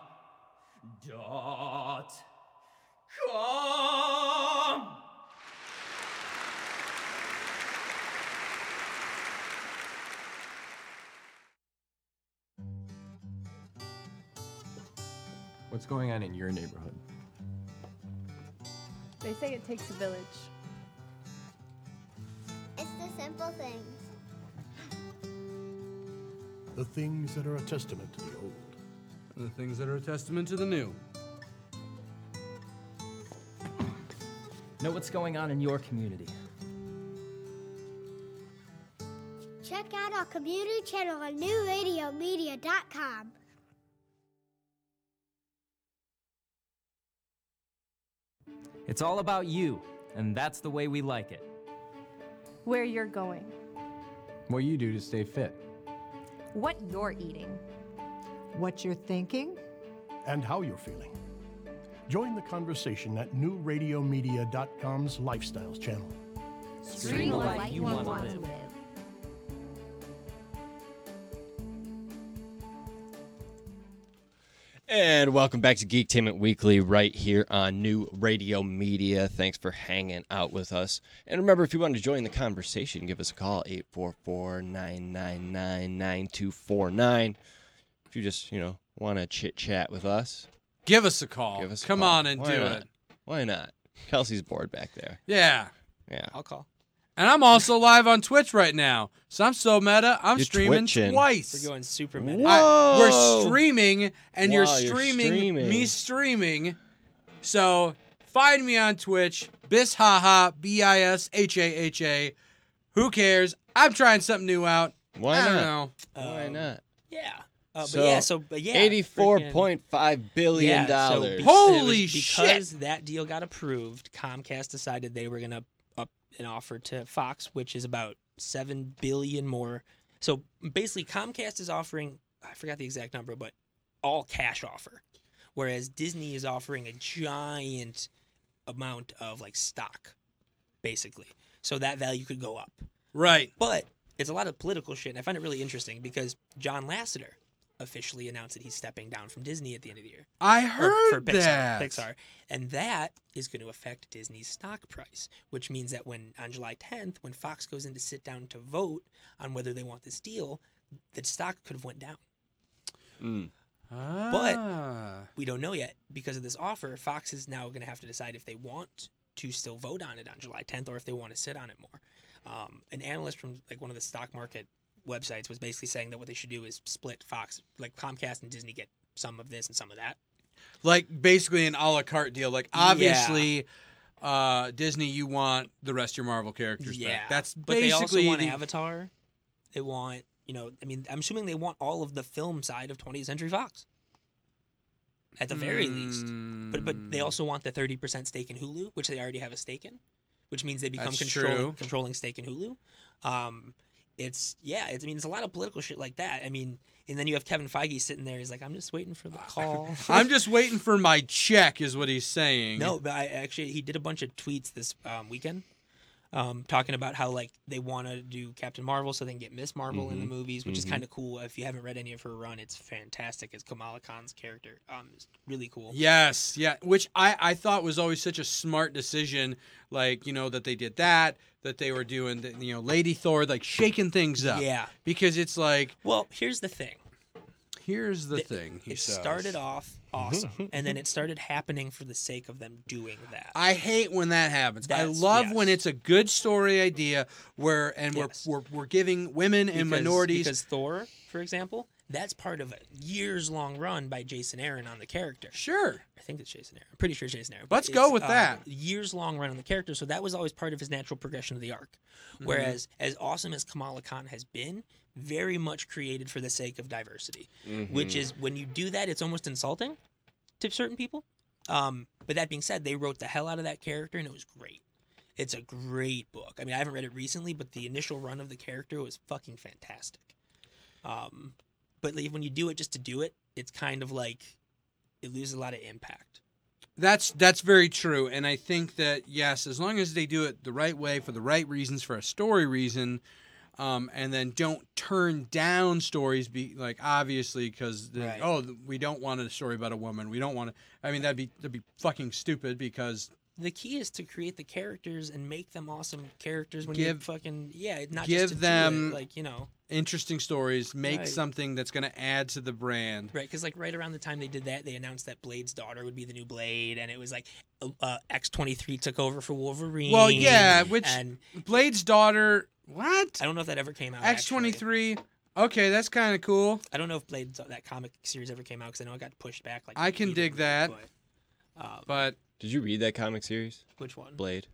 [SPEAKER 6] dot com.
[SPEAKER 7] What's going on in your neighborhood?
[SPEAKER 8] They say it takes a village.
[SPEAKER 9] It's the simple things.
[SPEAKER 10] The things that are a testament to the old.
[SPEAKER 2] The things that are a testament to the new.
[SPEAKER 7] Know what's going on in your community.
[SPEAKER 9] Check out our community channel on newradiomedia.com.
[SPEAKER 7] It's all about you, and that's the way we like it.
[SPEAKER 8] Where you're going.
[SPEAKER 7] What you do to stay fit.
[SPEAKER 8] What you're eating.
[SPEAKER 11] What you're thinking?
[SPEAKER 10] And how you're feeling. Join the conversation at newradiomedia.com's Lifestyles channel.
[SPEAKER 7] Stream a life you want to live.
[SPEAKER 1] And welcome back to Geektainment Weekly right here on New Radio Media. Thanks for hanging out with us. And remember, if you want to join the conversation, give us a call, 844-999-9249. If you just, you know, want to chit-chat with us.
[SPEAKER 2] Give us a call.
[SPEAKER 1] Give us a
[SPEAKER 2] Come
[SPEAKER 1] call.
[SPEAKER 2] on and
[SPEAKER 1] Why
[SPEAKER 2] do
[SPEAKER 1] not?
[SPEAKER 2] it.
[SPEAKER 1] Why not? Kelsey's bored back there.
[SPEAKER 2] Yeah.
[SPEAKER 1] Yeah.
[SPEAKER 3] I'll call.
[SPEAKER 2] And I'm also live on Twitch right now. So I'm so meta, I'm
[SPEAKER 1] You're
[SPEAKER 2] streaming
[SPEAKER 1] twitching.
[SPEAKER 2] twice.
[SPEAKER 3] We're going super meta.
[SPEAKER 2] I-
[SPEAKER 1] Whoa.
[SPEAKER 2] we're streaming, and you're,
[SPEAKER 1] Wow, you're
[SPEAKER 2] streaming,
[SPEAKER 1] streaming.
[SPEAKER 2] me streaming. So find me on Twitch, bishaha, b i s h a h a. Who cares? I'm trying something new out.
[SPEAKER 1] Why
[SPEAKER 2] I don't
[SPEAKER 1] not?
[SPEAKER 2] know. Um,
[SPEAKER 1] Why not?
[SPEAKER 3] Um, Yeah. Uh, but yeah, so but yeah,
[SPEAKER 1] eighty-four
[SPEAKER 3] frickin-
[SPEAKER 1] point five billion
[SPEAKER 3] Yeah, so
[SPEAKER 1] dollars.
[SPEAKER 3] be-
[SPEAKER 2] Holy
[SPEAKER 3] it was
[SPEAKER 2] shit.
[SPEAKER 3] Because that deal got approved, Comcast decided they were going to up an offer to Fox, which is about seven billion more. So basically, Comcast is offering I forgot the exact number, but all cash offer, whereas Disney is offering a giant amount of like stock, basically. So that value could go up.
[SPEAKER 2] Right.
[SPEAKER 3] But it's a lot of political shit, and I find it really interesting because John Lasseter officially announced that he's stepping down from Disney at the end of the year.
[SPEAKER 2] I
[SPEAKER 3] Or
[SPEAKER 2] heard
[SPEAKER 3] for Pixar,
[SPEAKER 2] that.
[SPEAKER 3] Pixar, and that is going to affect Disney's stock price, which means that when on July 10th, when Fox goes in to sit down to vote on whether they want this deal, the stock could have went down.
[SPEAKER 2] Ah.
[SPEAKER 3] We don't know yet because of this offer. Fox is now going to have to decide if they want to still vote on it on July 10th or if they want to sit on it more. Um, an analyst from like one of the stock market websites was basically saying that what they should do is split Fox, like Comcast and Disney, get some of this and some of that.
[SPEAKER 2] like basically an a la carte deal. Like obviously, uh, Disney, you want the rest of your Marvel characters back. That's
[SPEAKER 3] but they also
[SPEAKER 2] basically
[SPEAKER 3] want
[SPEAKER 2] the-
[SPEAKER 3] Avatar. They want you know. I mean, I'm assuming they want all of the film side of 20th Century Fox. At the very
[SPEAKER 2] Hmm.
[SPEAKER 3] least, but but they also want the 30% stake in Hulu, which they already have a stake in, which means they become
[SPEAKER 2] That's
[SPEAKER 3] control,
[SPEAKER 2] true.
[SPEAKER 3] controlling stake in Hulu. Um, it's yeah. It's, I mean, it's a lot of political shit like that. I mean, and then you have Kevin Feige sitting there. He's like, I'm just waiting for the call.
[SPEAKER 2] I'm just waiting for my check, is what he's saying.
[SPEAKER 3] No, but I actually he did a bunch of tweets this um, weekend, um, talking about how like they want to do Captain Marvel so they can get Miss Marvel in the
[SPEAKER 1] Mhm,
[SPEAKER 2] Mm-hmm.
[SPEAKER 3] movies, which is
[SPEAKER 1] mhm.
[SPEAKER 3] kind of cool. If you haven't read any of her run, it's fantastic. It's Kamala Khan's character. Um, it's really cool.
[SPEAKER 2] Yes, yeah, which I I thought was always such a smart decision. Like you know that they did that, that they were doing, the, you know, Lady Thor, like shaking things up.
[SPEAKER 3] Yeah.
[SPEAKER 2] because it's like
[SPEAKER 3] Well, here's the thing.
[SPEAKER 2] here's the thing. He
[SPEAKER 3] it
[SPEAKER 2] says.
[SPEAKER 3] started off awesome, and then it started happening for the sake of them doing that.
[SPEAKER 2] I hate when that happens. I
[SPEAKER 3] That's-
[SPEAKER 2] love when
[SPEAKER 3] yes.
[SPEAKER 2] it's a good story idea where and we're, we're we're giving women and
[SPEAKER 3] Because-
[SPEAKER 2] minorities
[SPEAKER 3] because Thor, for example, that's part of a years long run by Jason Aaron on the character.
[SPEAKER 2] Sure.
[SPEAKER 3] I think it's Jason Aaron. I'm pretty sure it's Jason Aaron.
[SPEAKER 2] Let's
[SPEAKER 3] but
[SPEAKER 2] go
[SPEAKER 3] it's,
[SPEAKER 2] with
[SPEAKER 3] um,
[SPEAKER 2] that.
[SPEAKER 3] Years long run on the character, so that was always part of his natural progression of the arc.
[SPEAKER 2] Mhm.
[SPEAKER 3] Whereas as awesome as Kamala Khan has been, very much created for the sake of diversity. Which
[SPEAKER 2] Hmm.
[SPEAKER 1] Mhm.
[SPEAKER 3] is when you do that, it's almost insulting to certain people. Um, but that being said, they wrote the hell out of that character and it was great. It's a great book. I mean, I haven't read it recently, but the initial run of the character was fucking fantastic. Um, but like, when you do it just to do it, it's kind of like it loses a lot of impact.
[SPEAKER 2] That's that's very true, and I think that yes, as long as they do it the right way for the right reasons for a story reason, um, and then don't turn down stories be like obviously because
[SPEAKER 3] Right.
[SPEAKER 2] oh th- we don't want a story about a woman we don't want to I mean that'd be that'd be fucking stupid because
[SPEAKER 3] The key is to create the characters and make them awesome characters when you
[SPEAKER 2] Give-
[SPEAKER 3] fucking yeah, not
[SPEAKER 2] give
[SPEAKER 3] just to do it,
[SPEAKER 2] them
[SPEAKER 3] like you know
[SPEAKER 2] interesting stories make
[SPEAKER 3] Right.
[SPEAKER 2] something that's gonna add to the brand
[SPEAKER 3] Right, because like right around the time they did that, they announced that Blade's daughter would be the new Blade, and it was like uh, uh, X twenty three took over for Wolverine.
[SPEAKER 2] well yeah which
[SPEAKER 3] and
[SPEAKER 2] Blade's daughter what
[SPEAKER 3] I don't know if that ever came out.
[SPEAKER 2] X twenty
[SPEAKER 3] actually.
[SPEAKER 2] three okay that's kind of cool
[SPEAKER 3] I don't know if Blade's that comic series ever came out because I know it got pushed back. Like
[SPEAKER 2] I can
[SPEAKER 3] repeatedly,
[SPEAKER 2] dig that.
[SPEAKER 3] But, um,
[SPEAKER 2] but
[SPEAKER 1] Did you read that comic series,
[SPEAKER 3] which one?
[SPEAKER 1] Blade?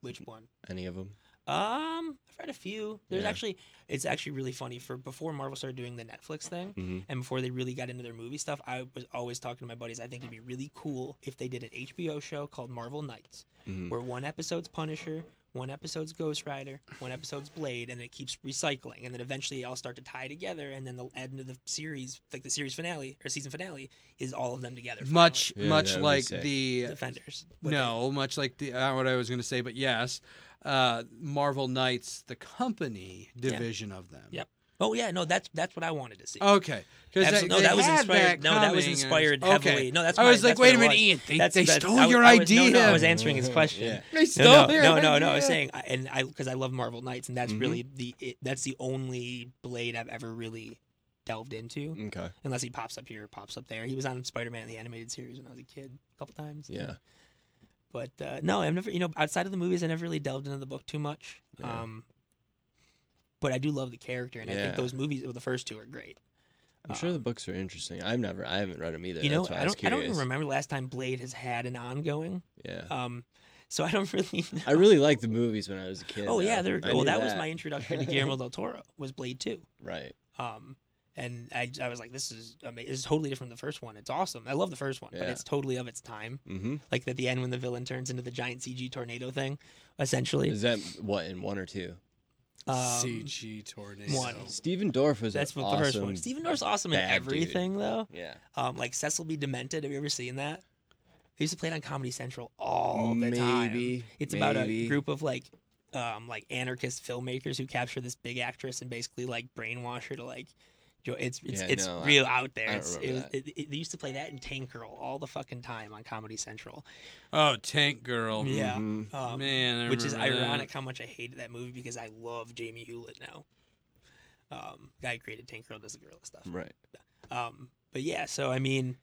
[SPEAKER 3] Which one?
[SPEAKER 1] Any of them?
[SPEAKER 3] Um, I've read a few. There's
[SPEAKER 1] Yeah.
[SPEAKER 3] actually it's actually really funny for before Marvel started doing the Netflix thing
[SPEAKER 1] Mhm.
[SPEAKER 3] and before they really got into their movie stuff, I was always talking to my buddies. I think it'd be really cool if they did an HBO show called Marvel Knights,
[SPEAKER 2] Mm-hmm.
[SPEAKER 1] Mhm.
[SPEAKER 3] where one episode's Punisher, One episode's Ghost Rider, one episode's Blade, and it keeps recycling. And then eventually they all start to tie together. And then the end of the series, like the series finale or season finale, is all of them together.
[SPEAKER 2] much
[SPEAKER 3] finally.
[SPEAKER 2] much like the
[SPEAKER 3] Defenders.
[SPEAKER 2] No, much like the uh, what I was going to say, but yes, uh, Marvel Knights, the company
[SPEAKER 3] Yeah.
[SPEAKER 2] division of them.
[SPEAKER 3] Yep. Oh yeah, no, that's that's what I wanted to see.
[SPEAKER 2] Okay, 'Cause
[SPEAKER 3] Absol-
[SPEAKER 2] they-
[SPEAKER 3] no,
[SPEAKER 2] they
[SPEAKER 3] that was
[SPEAKER 2] had
[SPEAKER 3] inspired.
[SPEAKER 2] that
[SPEAKER 3] no, that
[SPEAKER 2] coming,
[SPEAKER 3] was
[SPEAKER 2] and-
[SPEAKER 3] inspired
[SPEAKER 2] okay.
[SPEAKER 3] heavily. No, that's
[SPEAKER 2] I
[SPEAKER 3] my-
[SPEAKER 2] was like,
[SPEAKER 3] that's
[SPEAKER 2] wait
[SPEAKER 3] what
[SPEAKER 2] a
[SPEAKER 3] it
[SPEAKER 2] minute,
[SPEAKER 3] was.
[SPEAKER 2] Ian, they-
[SPEAKER 3] That's-
[SPEAKER 2] they
[SPEAKER 3] that's-
[SPEAKER 2] stole
[SPEAKER 3] I was-
[SPEAKER 2] your
[SPEAKER 3] I was- no, No, I
[SPEAKER 2] idea.
[SPEAKER 3] was answering his question.
[SPEAKER 2] They
[SPEAKER 3] No,
[SPEAKER 2] stole
[SPEAKER 3] no,
[SPEAKER 2] your
[SPEAKER 3] no, no, no. I
[SPEAKER 2] idea.
[SPEAKER 3] was saying, I- and I because I love Marvel Knights, and that's
[SPEAKER 1] Mhm.
[SPEAKER 3] really the it, that's the only Blade I've ever really delved into.
[SPEAKER 1] Okay.
[SPEAKER 3] Unless he pops up here, or pops up there. He was on Spider Man the animated series when I was a kid a couple times.
[SPEAKER 1] Yeah.
[SPEAKER 3] But uh, no, I've never, you know, outside of the movies, I never really delved into the book too much.
[SPEAKER 1] Yeah.
[SPEAKER 3] Um, but I do love the character, and I
[SPEAKER 1] Yeah.
[SPEAKER 3] think those movies, well, the first two are great. Um,
[SPEAKER 1] I'm sure the books are interesting. I've never, I haven't read them either.
[SPEAKER 3] Uh, you know,
[SPEAKER 1] That's why
[SPEAKER 3] I
[SPEAKER 1] I was
[SPEAKER 3] don't, I don't
[SPEAKER 1] curious.
[SPEAKER 3] even remember the last time Blade has had an ongoing.
[SPEAKER 1] Yeah.
[SPEAKER 3] Um, so I don't really. Know.
[SPEAKER 1] I really liked the movies when I was a kid.
[SPEAKER 3] oh
[SPEAKER 1] though.
[SPEAKER 3] yeah, they're,
[SPEAKER 1] uh, I
[SPEAKER 3] well,
[SPEAKER 1] knew
[SPEAKER 3] that, was my introduction to Guillermo del Toro was Blade Two.
[SPEAKER 1] right.
[SPEAKER 3] Um, and I, I was like, this is amazing. It's totally different from the first one. It's awesome. I love the first one, but
[SPEAKER 1] Yeah.
[SPEAKER 3] it's totally of its time.
[SPEAKER 1] Mm-hmm.
[SPEAKER 3] Like at the end when the villain turns into the giant CG tornado thing, essentially.
[SPEAKER 1] Is that what in one or two?
[SPEAKER 3] Um,
[SPEAKER 2] CG tornado.
[SPEAKER 3] one.
[SPEAKER 1] Stephen Dorff was
[SPEAKER 3] That's
[SPEAKER 1] an
[SPEAKER 3] what the first one.
[SPEAKER 1] awesome
[SPEAKER 3] Stephen Dorff's awesome in
[SPEAKER 1] bad dude.
[SPEAKER 3] everything, though.
[SPEAKER 1] Yeah.
[SPEAKER 3] Um, like Cecil B. Demented. Have you ever seen that? He used to play it on Comedy Central all the time.
[SPEAKER 1] Maybe,
[SPEAKER 3] It's about a
[SPEAKER 1] maybe.
[SPEAKER 3] group of like, um, like anarchist filmmakers who capture this big actress and basically like brainwash her to like. Jo- it's it's,
[SPEAKER 1] Yeah,
[SPEAKER 3] it's
[SPEAKER 1] no, I-
[SPEAKER 3] real out there.
[SPEAKER 1] I don't
[SPEAKER 3] it's, it, was,
[SPEAKER 1] remember
[SPEAKER 3] it, it- they used to play that in Tank Girl all the fucking time on Comedy Central.
[SPEAKER 2] Oh, Tank Girl.
[SPEAKER 3] Yeah,
[SPEAKER 1] Mhm.
[SPEAKER 3] um,
[SPEAKER 2] Man, I
[SPEAKER 3] which is
[SPEAKER 2] remember that.
[SPEAKER 3] ironic how much I hated that movie because I love Jamie Hewlett now. Um, guy who created Tank Girl does the gorilla stuff.
[SPEAKER 1] Right.
[SPEAKER 3] Um, but yeah, so I mean,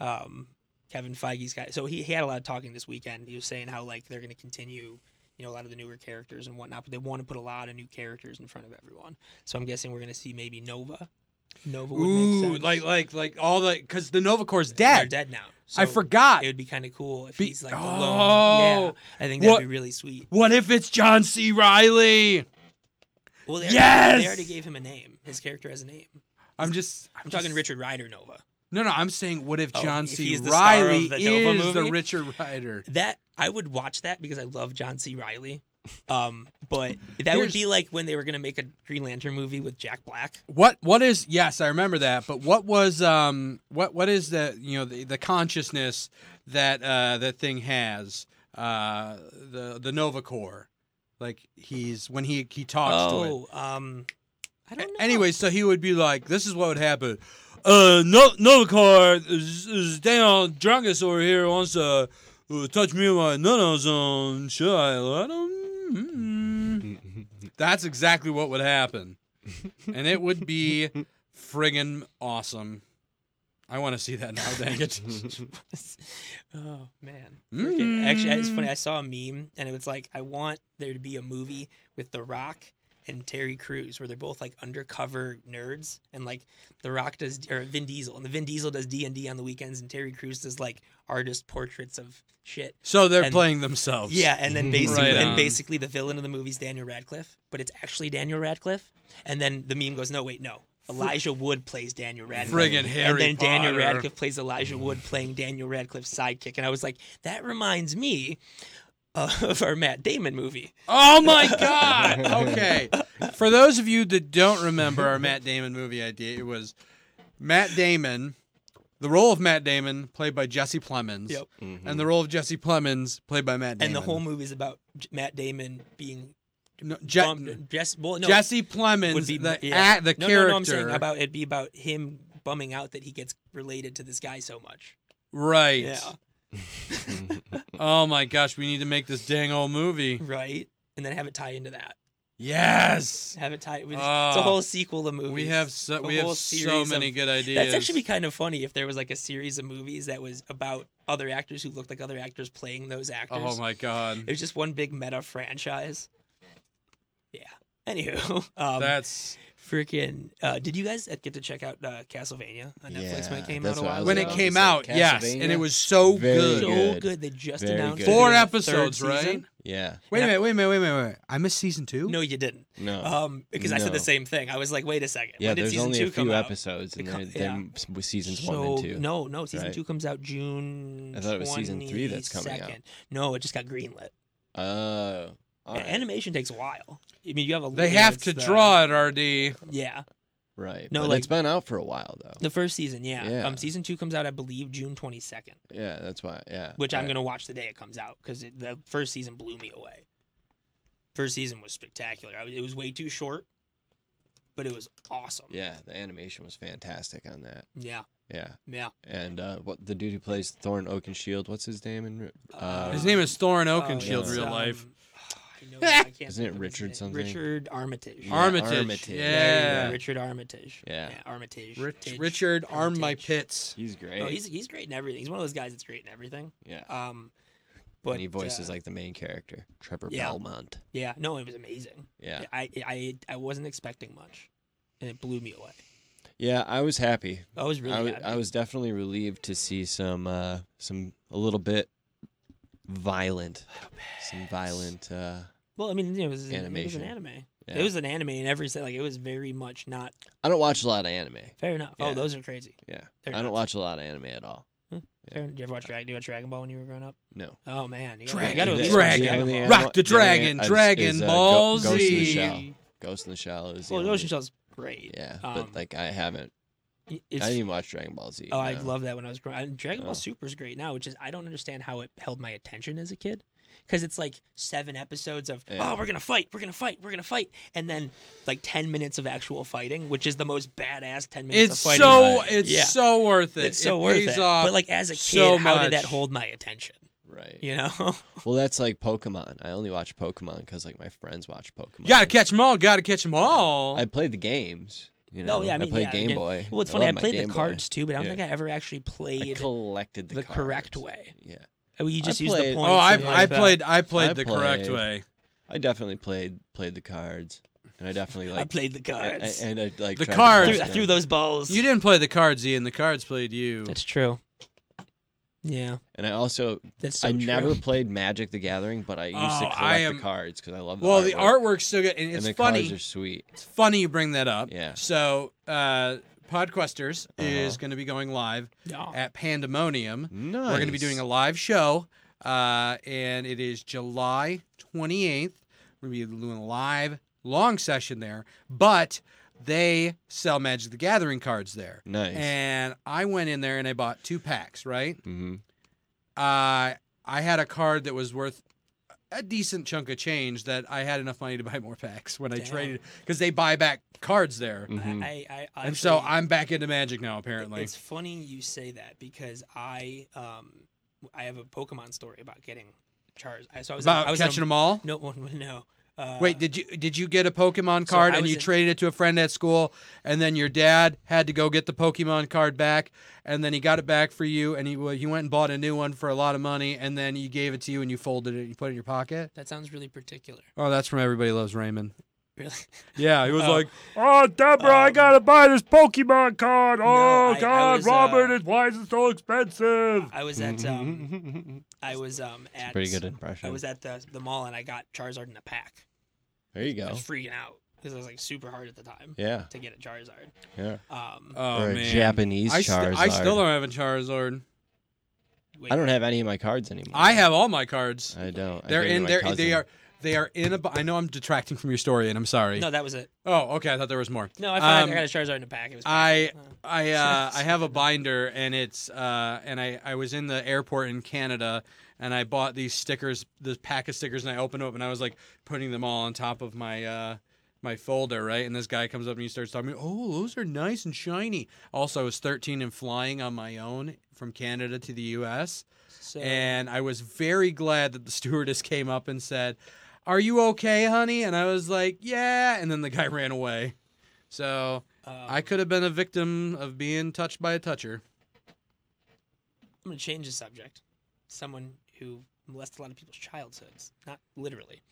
[SPEAKER 3] um, Kevin Feige's guy. So he, he had a lot of talking this weekend. He was saying how like they're going to continue, you know, a lot of the newer characters and whatnot, but they want to put a lot of new characters in front of everyone. So I'm guessing we're going to see maybe Nova. Nova would make
[SPEAKER 2] Ooh,
[SPEAKER 3] sense.
[SPEAKER 2] like like like all the because the Nova Corps is
[SPEAKER 3] They're
[SPEAKER 2] dead.
[SPEAKER 3] dead now.
[SPEAKER 2] I
[SPEAKER 3] So
[SPEAKER 2] forgot.
[SPEAKER 3] It would be kind of cool if
[SPEAKER 2] Be-
[SPEAKER 3] he's like the lone. Yeah,
[SPEAKER 2] Oh,
[SPEAKER 3] I think that'd
[SPEAKER 2] what-
[SPEAKER 3] be really sweet.
[SPEAKER 2] What if it's John C. Riley?
[SPEAKER 3] Well, they already,
[SPEAKER 2] Yes!
[SPEAKER 3] they already gave him a name. His character has a name.
[SPEAKER 2] I'm just.
[SPEAKER 3] I'm talking
[SPEAKER 2] just-
[SPEAKER 3] Richard Ryder Nova.
[SPEAKER 2] No, no, I'm saying what if
[SPEAKER 3] Oh,
[SPEAKER 2] John
[SPEAKER 3] if
[SPEAKER 2] C.
[SPEAKER 3] he's the star of
[SPEAKER 2] Riley
[SPEAKER 3] the Nova
[SPEAKER 2] is the
[SPEAKER 3] movie?
[SPEAKER 2] Richard Rider?
[SPEAKER 3] That I would watch that because I love John C. Riley. Um, but that would
[SPEAKER 2] Here's-
[SPEAKER 3] be like when they were gonna make a Green Lantern movie with Jack Black.
[SPEAKER 2] What what is yes, I remember that, but what was um what what is the you know the, the consciousness that uh that thing has? Uh the the Nova Corps. Like he's when he he talks to it.
[SPEAKER 3] oh, um, I don't know.
[SPEAKER 2] Anyway, so he would be like, "This is what would happen. Uh, no, Novacar is, is down. Dragus over here wants to uh, touch me in my no-no zone. Should I let him?" Mm. That's exactly what would happen, and it would be friggin' awesome. I want to see that now. Dang it!
[SPEAKER 3] oh man. Mm. Freaking- Actually, it's funny. I saw a meme and it was like, I want there to be a movie with The Rock and Terry Crews where they're both like undercover nerds and like The Rock does or Vin Diesel and the Vin Diesel does D and D on the weekends and Terry Crews does like artist portraits of shit.
[SPEAKER 2] so they're
[SPEAKER 3] And-
[SPEAKER 2] playing themselves.
[SPEAKER 3] Yeah, and then basically,
[SPEAKER 2] Right on.
[SPEAKER 3] and basically the villain of the movie is Daniel Radcliffe, but it's actually Daniel Radcliffe. And then the meme goes, no, wait, no. Elijah Wood plays Daniel Radcliffe.
[SPEAKER 2] Friggin' Harry
[SPEAKER 3] And then Daniel
[SPEAKER 2] Potter.
[SPEAKER 3] Radcliffe plays Elijah Wood playing Daniel Radcliffe's sidekick. And I was like, that reminds me of our Matt Damon movie.
[SPEAKER 2] Oh my God! Okay, for those of you that don't remember our Matt Damon movie idea, it was Matt Damon, the role of Matt Damon played by Jesse Plemons,
[SPEAKER 3] Yep.
[SPEAKER 2] and the role of Jesse Plemons played by Matt Damon.
[SPEAKER 3] And the whole movie is about J- Matt Damon being
[SPEAKER 2] no, Je-
[SPEAKER 3] bumped. Jess, well, no,
[SPEAKER 2] Jesse Plemons,
[SPEAKER 3] would be
[SPEAKER 2] the,
[SPEAKER 3] yeah.
[SPEAKER 2] act- the
[SPEAKER 3] no,
[SPEAKER 2] character,
[SPEAKER 3] No, no, I'm saying about it'd be about him bumming out that he gets related to this guy so much.
[SPEAKER 2] right?
[SPEAKER 3] Yeah.
[SPEAKER 2] Oh my gosh, we need to make this dang old movie.
[SPEAKER 3] Right. And then have it tie into that.
[SPEAKER 2] Yes,
[SPEAKER 3] Have it tie. It's, it's
[SPEAKER 2] Ah.
[SPEAKER 3] a whole sequel to movies.
[SPEAKER 2] we have so
[SPEAKER 3] A
[SPEAKER 2] we have
[SPEAKER 3] whole
[SPEAKER 2] so
[SPEAKER 3] series
[SPEAKER 2] many
[SPEAKER 3] of-
[SPEAKER 2] good ideas.
[SPEAKER 3] That's actually be kind of funny if there was like a series of movies that was about other actors who looked like other actors playing those actors.
[SPEAKER 2] Oh my God,
[SPEAKER 3] It was just one big meta franchise. Yeah. Anywho, um,
[SPEAKER 2] that's
[SPEAKER 3] freaking. Uh, did you guys get to check out uh, Castlevania on Netflix when
[SPEAKER 1] Yeah,
[SPEAKER 3] it came out
[SPEAKER 1] that's
[SPEAKER 3] a
[SPEAKER 1] what I
[SPEAKER 3] while
[SPEAKER 1] was
[SPEAKER 2] when it
[SPEAKER 1] about
[SPEAKER 3] ago?
[SPEAKER 1] to
[SPEAKER 2] came
[SPEAKER 1] say,
[SPEAKER 2] out. Yes, and it
[SPEAKER 1] Castlevania,
[SPEAKER 2] was so
[SPEAKER 1] very
[SPEAKER 2] good.
[SPEAKER 3] so
[SPEAKER 1] Good.
[SPEAKER 3] good. They just
[SPEAKER 1] Very
[SPEAKER 3] announced
[SPEAKER 1] good.
[SPEAKER 3] they're
[SPEAKER 2] Four
[SPEAKER 3] doing a third
[SPEAKER 2] episodes, right?
[SPEAKER 3] season.
[SPEAKER 1] Yeah.
[SPEAKER 2] Wait a
[SPEAKER 3] And I-
[SPEAKER 2] minute, wait a minute, wait a minute, wait a minute. I missed season two?
[SPEAKER 3] No, you didn't.
[SPEAKER 1] No.
[SPEAKER 3] Um, because I said
[SPEAKER 1] No.
[SPEAKER 3] the same thing. I was like, wait a second.
[SPEAKER 1] yeah.
[SPEAKER 3] when did
[SPEAKER 1] There's
[SPEAKER 3] season
[SPEAKER 1] only
[SPEAKER 3] two
[SPEAKER 1] a
[SPEAKER 3] come
[SPEAKER 1] few
[SPEAKER 3] out?
[SPEAKER 1] episodes, and
[SPEAKER 3] It co-
[SPEAKER 1] they're,
[SPEAKER 3] yeah.
[SPEAKER 1] they're s- with seasons one and
[SPEAKER 3] So,
[SPEAKER 1] two.
[SPEAKER 3] No, no, season
[SPEAKER 1] right?
[SPEAKER 3] two comes out June.
[SPEAKER 1] I thought it was season three that's coming out.
[SPEAKER 3] 22nd. No, it just got greenlit.
[SPEAKER 1] Oh. All right.
[SPEAKER 3] Animation takes a while. I mean, you have a.
[SPEAKER 2] They
[SPEAKER 3] you know,
[SPEAKER 2] have
[SPEAKER 3] it's
[SPEAKER 2] to
[SPEAKER 3] the-
[SPEAKER 2] draw it, RD.
[SPEAKER 3] Yeah,
[SPEAKER 1] Right.
[SPEAKER 3] No,
[SPEAKER 1] but
[SPEAKER 3] like-
[SPEAKER 1] it's been out for a while though.
[SPEAKER 3] the first season. Yeah.
[SPEAKER 1] Yeah.
[SPEAKER 3] Um, season two comes out, I believe, June twenty second,
[SPEAKER 1] Yeah, that's why. Yeah.
[SPEAKER 3] which I'm
[SPEAKER 1] right.
[SPEAKER 3] gonna watch the day it comes out because the first season blew me away. First season was spectacular. I, was- it was way too short, but it was awesome.
[SPEAKER 1] Yeah, the animation was fantastic on that.
[SPEAKER 3] Yeah.
[SPEAKER 1] Yeah.
[SPEAKER 3] Yeah.
[SPEAKER 1] And uh, what the dude who plays Thorn Oakenshield, what's his name? In, re- uh,
[SPEAKER 2] His name is Thorin
[SPEAKER 3] Oh,
[SPEAKER 2] Oakenshield,
[SPEAKER 3] it's,
[SPEAKER 2] real
[SPEAKER 3] um,
[SPEAKER 2] life.
[SPEAKER 3] I know, I can't
[SPEAKER 1] Isn't
[SPEAKER 3] think
[SPEAKER 1] it
[SPEAKER 3] of his
[SPEAKER 1] Richard
[SPEAKER 3] name.
[SPEAKER 1] something?
[SPEAKER 3] Richard Armitage.
[SPEAKER 1] Yeah,
[SPEAKER 2] Armitage,
[SPEAKER 3] There you
[SPEAKER 2] yeah.
[SPEAKER 3] go, Richard Armitage.
[SPEAKER 1] Yeah.
[SPEAKER 3] Armitage.
[SPEAKER 2] Rich,
[SPEAKER 3] Tage,
[SPEAKER 2] Richard, arm my
[SPEAKER 3] Armitage.
[SPEAKER 2] pits.
[SPEAKER 1] He's great.
[SPEAKER 3] No, Oh, he's he's great in everything. He's one of those guys that's great in everything.
[SPEAKER 1] yeah. and
[SPEAKER 3] Um, but
[SPEAKER 1] he voices
[SPEAKER 3] uh,
[SPEAKER 1] like the main character, Trevor
[SPEAKER 3] yeah.
[SPEAKER 1] Belmont.
[SPEAKER 3] yeah, no, it was amazing.
[SPEAKER 1] Yeah.
[SPEAKER 3] I I I wasn't expecting much, and it blew me away.
[SPEAKER 1] Yeah, I was happy.
[SPEAKER 3] I was really
[SPEAKER 1] I was,
[SPEAKER 3] happy.
[SPEAKER 1] I was definitely relieved to see some uh some a little bit violent some violent uh
[SPEAKER 3] Well, I mean, it was an, it was
[SPEAKER 1] Animation.
[SPEAKER 3] an anime.
[SPEAKER 1] Yeah.
[SPEAKER 3] It was an anime in every se- like it was very much not
[SPEAKER 1] I don't watch a lot of anime.
[SPEAKER 3] fair enough.
[SPEAKER 1] Yeah.
[SPEAKER 3] Oh, those are crazy.
[SPEAKER 1] Yeah.
[SPEAKER 3] They're
[SPEAKER 1] I don't
[SPEAKER 3] nuts.
[SPEAKER 1] watch a lot of anime at all.
[SPEAKER 3] Fair enough. Did you ever watch Dragon? Do you watch Dragon Ball when you were growing up?
[SPEAKER 1] No.
[SPEAKER 3] Oh man, you gotta, you
[SPEAKER 2] Dragon,
[SPEAKER 3] gotta at least watch
[SPEAKER 2] Dragon,
[SPEAKER 3] Dragon Ball.
[SPEAKER 1] Yeah,
[SPEAKER 2] Rock the
[SPEAKER 1] the only anime
[SPEAKER 2] Dragon,
[SPEAKER 1] I've s-
[SPEAKER 2] Dragon
[SPEAKER 1] is, uh, Go-
[SPEAKER 2] Ball
[SPEAKER 1] Ghost in the Shell.
[SPEAKER 2] Z.
[SPEAKER 1] Ghost in the Shell is the
[SPEAKER 3] Well,
[SPEAKER 1] only-
[SPEAKER 3] Ghost in the Shell's great.
[SPEAKER 1] Yeah,
[SPEAKER 3] um,
[SPEAKER 1] but like I haven't
[SPEAKER 3] Y-
[SPEAKER 1] I
[SPEAKER 3] It's,
[SPEAKER 1] didn't even watch Dragon Ball Z.
[SPEAKER 3] oh, I
[SPEAKER 1] no.
[SPEAKER 3] love that when I was growing. And
[SPEAKER 1] Oh.
[SPEAKER 3] Dragon Ball Super is great now, which is I don't understand how it held my attention as a kid, because it's like seven episodes of
[SPEAKER 1] Yeah.
[SPEAKER 3] oh we're gonna fight, we're gonna fight, we're gonna fight, and then like ten minutes of actual fighting, which is the most badass ten minutes.
[SPEAKER 2] It's
[SPEAKER 3] of fighting.
[SPEAKER 2] so
[SPEAKER 1] Right.
[SPEAKER 2] it's
[SPEAKER 3] Yeah.
[SPEAKER 2] so worth it.
[SPEAKER 3] it's so
[SPEAKER 2] it
[SPEAKER 3] worth
[SPEAKER 2] pays
[SPEAKER 3] it.
[SPEAKER 2] Off
[SPEAKER 3] But like as a kid,
[SPEAKER 2] so
[SPEAKER 3] how did that
[SPEAKER 2] much.
[SPEAKER 3] hold my attention?
[SPEAKER 1] Right.
[SPEAKER 3] You know,
[SPEAKER 1] Well, that's like Pokemon. I only watch Pokemon because like my friends watch Pokemon.
[SPEAKER 2] You gotta catch them all. Gotta catch them all.
[SPEAKER 1] I played the games. You know,
[SPEAKER 3] No, Oh, yeah, I mean,
[SPEAKER 1] played
[SPEAKER 3] yeah, I
[SPEAKER 1] Game
[SPEAKER 3] did.
[SPEAKER 1] Boy.
[SPEAKER 3] well,
[SPEAKER 1] I
[SPEAKER 3] it's funny. I
[SPEAKER 1] love my
[SPEAKER 3] played the
[SPEAKER 1] Game Boy.
[SPEAKER 3] cards too, but I don't
[SPEAKER 1] Yeah.
[SPEAKER 3] think I ever actually
[SPEAKER 1] I
[SPEAKER 3] played.
[SPEAKER 1] collected the,
[SPEAKER 3] the correct
[SPEAKER 1] cards.
[SPEAKER 3] way.
[SPEAKER 1] Yeah,
[SPEAKER 3] I mean, you
[SPEAKER 1] I
[SPEAKER 3] just use
[SPEAKER 1] played-
[SPEAKER 3] the
[SPEAKER 1] Oh,
[SPEAKER 3] points.
[SPEAKER 2] oh, I
[SPEAKER 3] and, like,
[SPEAKER 2] I
[SPEAKER 3] the-
[SPEAKER 2] played I played
[SPEAKER 1] I
[SPEAKER 2] the correct
[SPEAKER 1] played-
[SPEAKER 2] way.
[SPEAKER 1] I definitely played played the cards, and I definitely like
[SPEAKER 3] I played the
[SPEAKER 1] I- I-
[SPEAKER 3] cards.
[SPEAKER 1] and I like
[SPEAKER 2] The
[SPEAKER 1] tried to
[SPEAKER 2] cards.
[SPEAKER 1] force
[SPEAKER 3] threw, I
[SPEAKER 1] them.
[SPEAKER 3] threw those balls.
[SPEAKER 2] You didn't play the cards, Ian. The cards played you.
[SPEAKER 3] That's true. Yeah,
[SPEAKER 1] And I also
[SPEAKER 3] that's so
[SPEAKER 1] I
[SPEAKER 3] true.
[SPEAKER 1] never played Magic the Gathering, but I used
[SPEAKER 2] Oh,
[SPEAKER 1] to collect
[SPEAKER 2] I am-
[SPEAKER 1] the cards because I love.
[SPEAKER 2] Well,
[SPEAKER 1] the
[SPEAKER 2] the
[SPEAKER 1] artwork,
[SPEAKER 2] artwork's still good, and
[SPEAKER 1] and
[SPEAKER 2] it's
[SPEAKER 1] the
[SPEAKER 2] funny.
[SPEAKER 1] cards are sweet.
[SPEAKER 2] It's funny you bring that up.
[SPEAKER 1] Yeah.
[SPEAKER 2] So, uh, Podquesters is
[SPEAKER 1] Uh-huh.
[SPEAKER 2] going to be going live
[SPEAKER 3] No.
[SPEAKER 2] at Pandemonium.
[SPEAKER 1] Nice.
[SPEAKER 2] We're going to be doing a live show, uh, and it is July 28th. We're going to be doing a live long session there, but they sell Magic the Gathering cards there.
[SPEAKER 1] nice.
[SPEAKER 2] And I went in there and I bought two packs, right?
[SPEAKER 1] hmm
[SPEAKER 2] Uh, I had a card that was worth a decent chunk of change that I had enough money to buy more packs when I
[SPEAKER 3] Damn.
[SPEAKER 2] traded because they buy back cards there.
[SPEAKER 3] Mm.
[SPEAKER 1] hmm
[SPEAKER 3] I, I, I
[SPEAKER 2] And so
[SPEAKER 3] actually-
[SPEAKER 2] I'm back into Magic now, apparently.
[SPEAKER 3] It's funny you say that because I, um, I have a Pokemon story about getting Charizard. I- So I was in-
[SPEAKER 2] About
[SPEAKER 3] I was in a-
[SPEAKER 2] catching them all.
[SPEAKER 3] No, no, no. Uh,
[SPEAKER 2] Wait, did you did you get a Pokemon
[SPEAKER 3] So
[SPEAKER 2] card
[SPEAKER 3] I
[SPEAKER 2] and
[SPEAKER 3] was
[SPEAKER 2] you
[SPEAKER 3] in-
[SPEAKER 2] traded it to a friend at school, and then your dad had to go get the Pokemon card back, and then he got it back for you, and he well, he went and bought a new one for a lot of money, and then he gave it to you and you folded it and you put it in your pocket.
[SPEAKER 3] that sounds really particular.
[SPEAKER 2] Oh, that's from Everybody Loves Raymond.
[SPEAKER 3] Really?
[SPEAKER 2] Yeah, he was
[SPEAKER 3] Oh.
[SPEAKER 2] like, "Oh, Deborah, I
[SPEAKER 3] Um,
[SPEAKER 2] gotta buy this Pokemon card.
[SPEAKER 3] no,
[SPEAKER 2] Oh
[SPEAKER 3] I- I
[SPEAKER 2] God,
[SPEAKER 3] was, uh,
[SPEAKER 2] Robert, it- why is it so expensive?"
[SPEAKER 3] I was at, um, I was um at
[SPEAKER 1] Pretty good impression.
[SPEAKER 3] I was at the the mall and I got Charizard in a pack.
[SPEAKER 1] there you
[SPEAKER 3] I
[SPEAKER 1] go.
[SPEAKER 2] Oh.
[SPEAKER 3] was freaking out because it was like super hard at the time
[SPEAKER 1] Yeah,
[SPEAKER 3] to get a Charizard.
[SPEAKER 1] yeah.
[SPEAKER 3] Um,
[SPEAKER 2] Oh
[SPEAKER 1] or a
[SPEAKER 2] man,
[SPEAKER 1] Japanese
[SPEAKER 2] I,
[SPEAKER 1] Charizard.
[SPEAKER 2] st- I still don't have a Charizard.
[SPEAKER 3] wait,
[SPEAKER 1] I don't have any of my cards anymore.
[SPEAKER 2] I have all my cards.
[SPEAKER 1] I don't. I
[SPEAKER 2] They're
[SPEAKER 1] gave it to
[SPEAKER 2] in.
[SPEAKER 1] my
[SPEAKER 2] They're,
[SPEAKER 1] cousin.
[SPEAKER 2] they are. They are in a. bo- I know I'm detracting from your story, and I'm sorry.
[SPEAKER 3] No, that was it.
[SPEAKER 2] Oh, okay. I thought there was more.
[SPEAKER 3] No, I found
[SPEAKER 2] Um,
[SPEAKER 3] I got a Charizard in a pack. It was
[SPEAKER 2] I
[SPEAKER 3] packed. Uh,
[SPEAKER 2] I uh, I have a binder and it's uh, and I, I was in the airport in Canada and I bought these stickers, this pack of stickers, and I opened it up and I was like putting them all on top of my uh, my folder, right? And this guy comes up and he starts talking to me, Oh, those are nice and shiny. Also, I was 13 and flying on my own from Canada to the US.
[SPEAKER 3] so,
[SPEAKER 2] And I was very glad that the stewardess came up and said, Are you okay, honey? And I was like, Yeah. And then the guy ran away. So
[SPEAKER 3] um,
[SPEAKER 2] I could have been a victim of being touched by a toucher.
[SPEAKER 3] I'm going to change the subject. Someone who molested a lot of people's childhoods, not literally.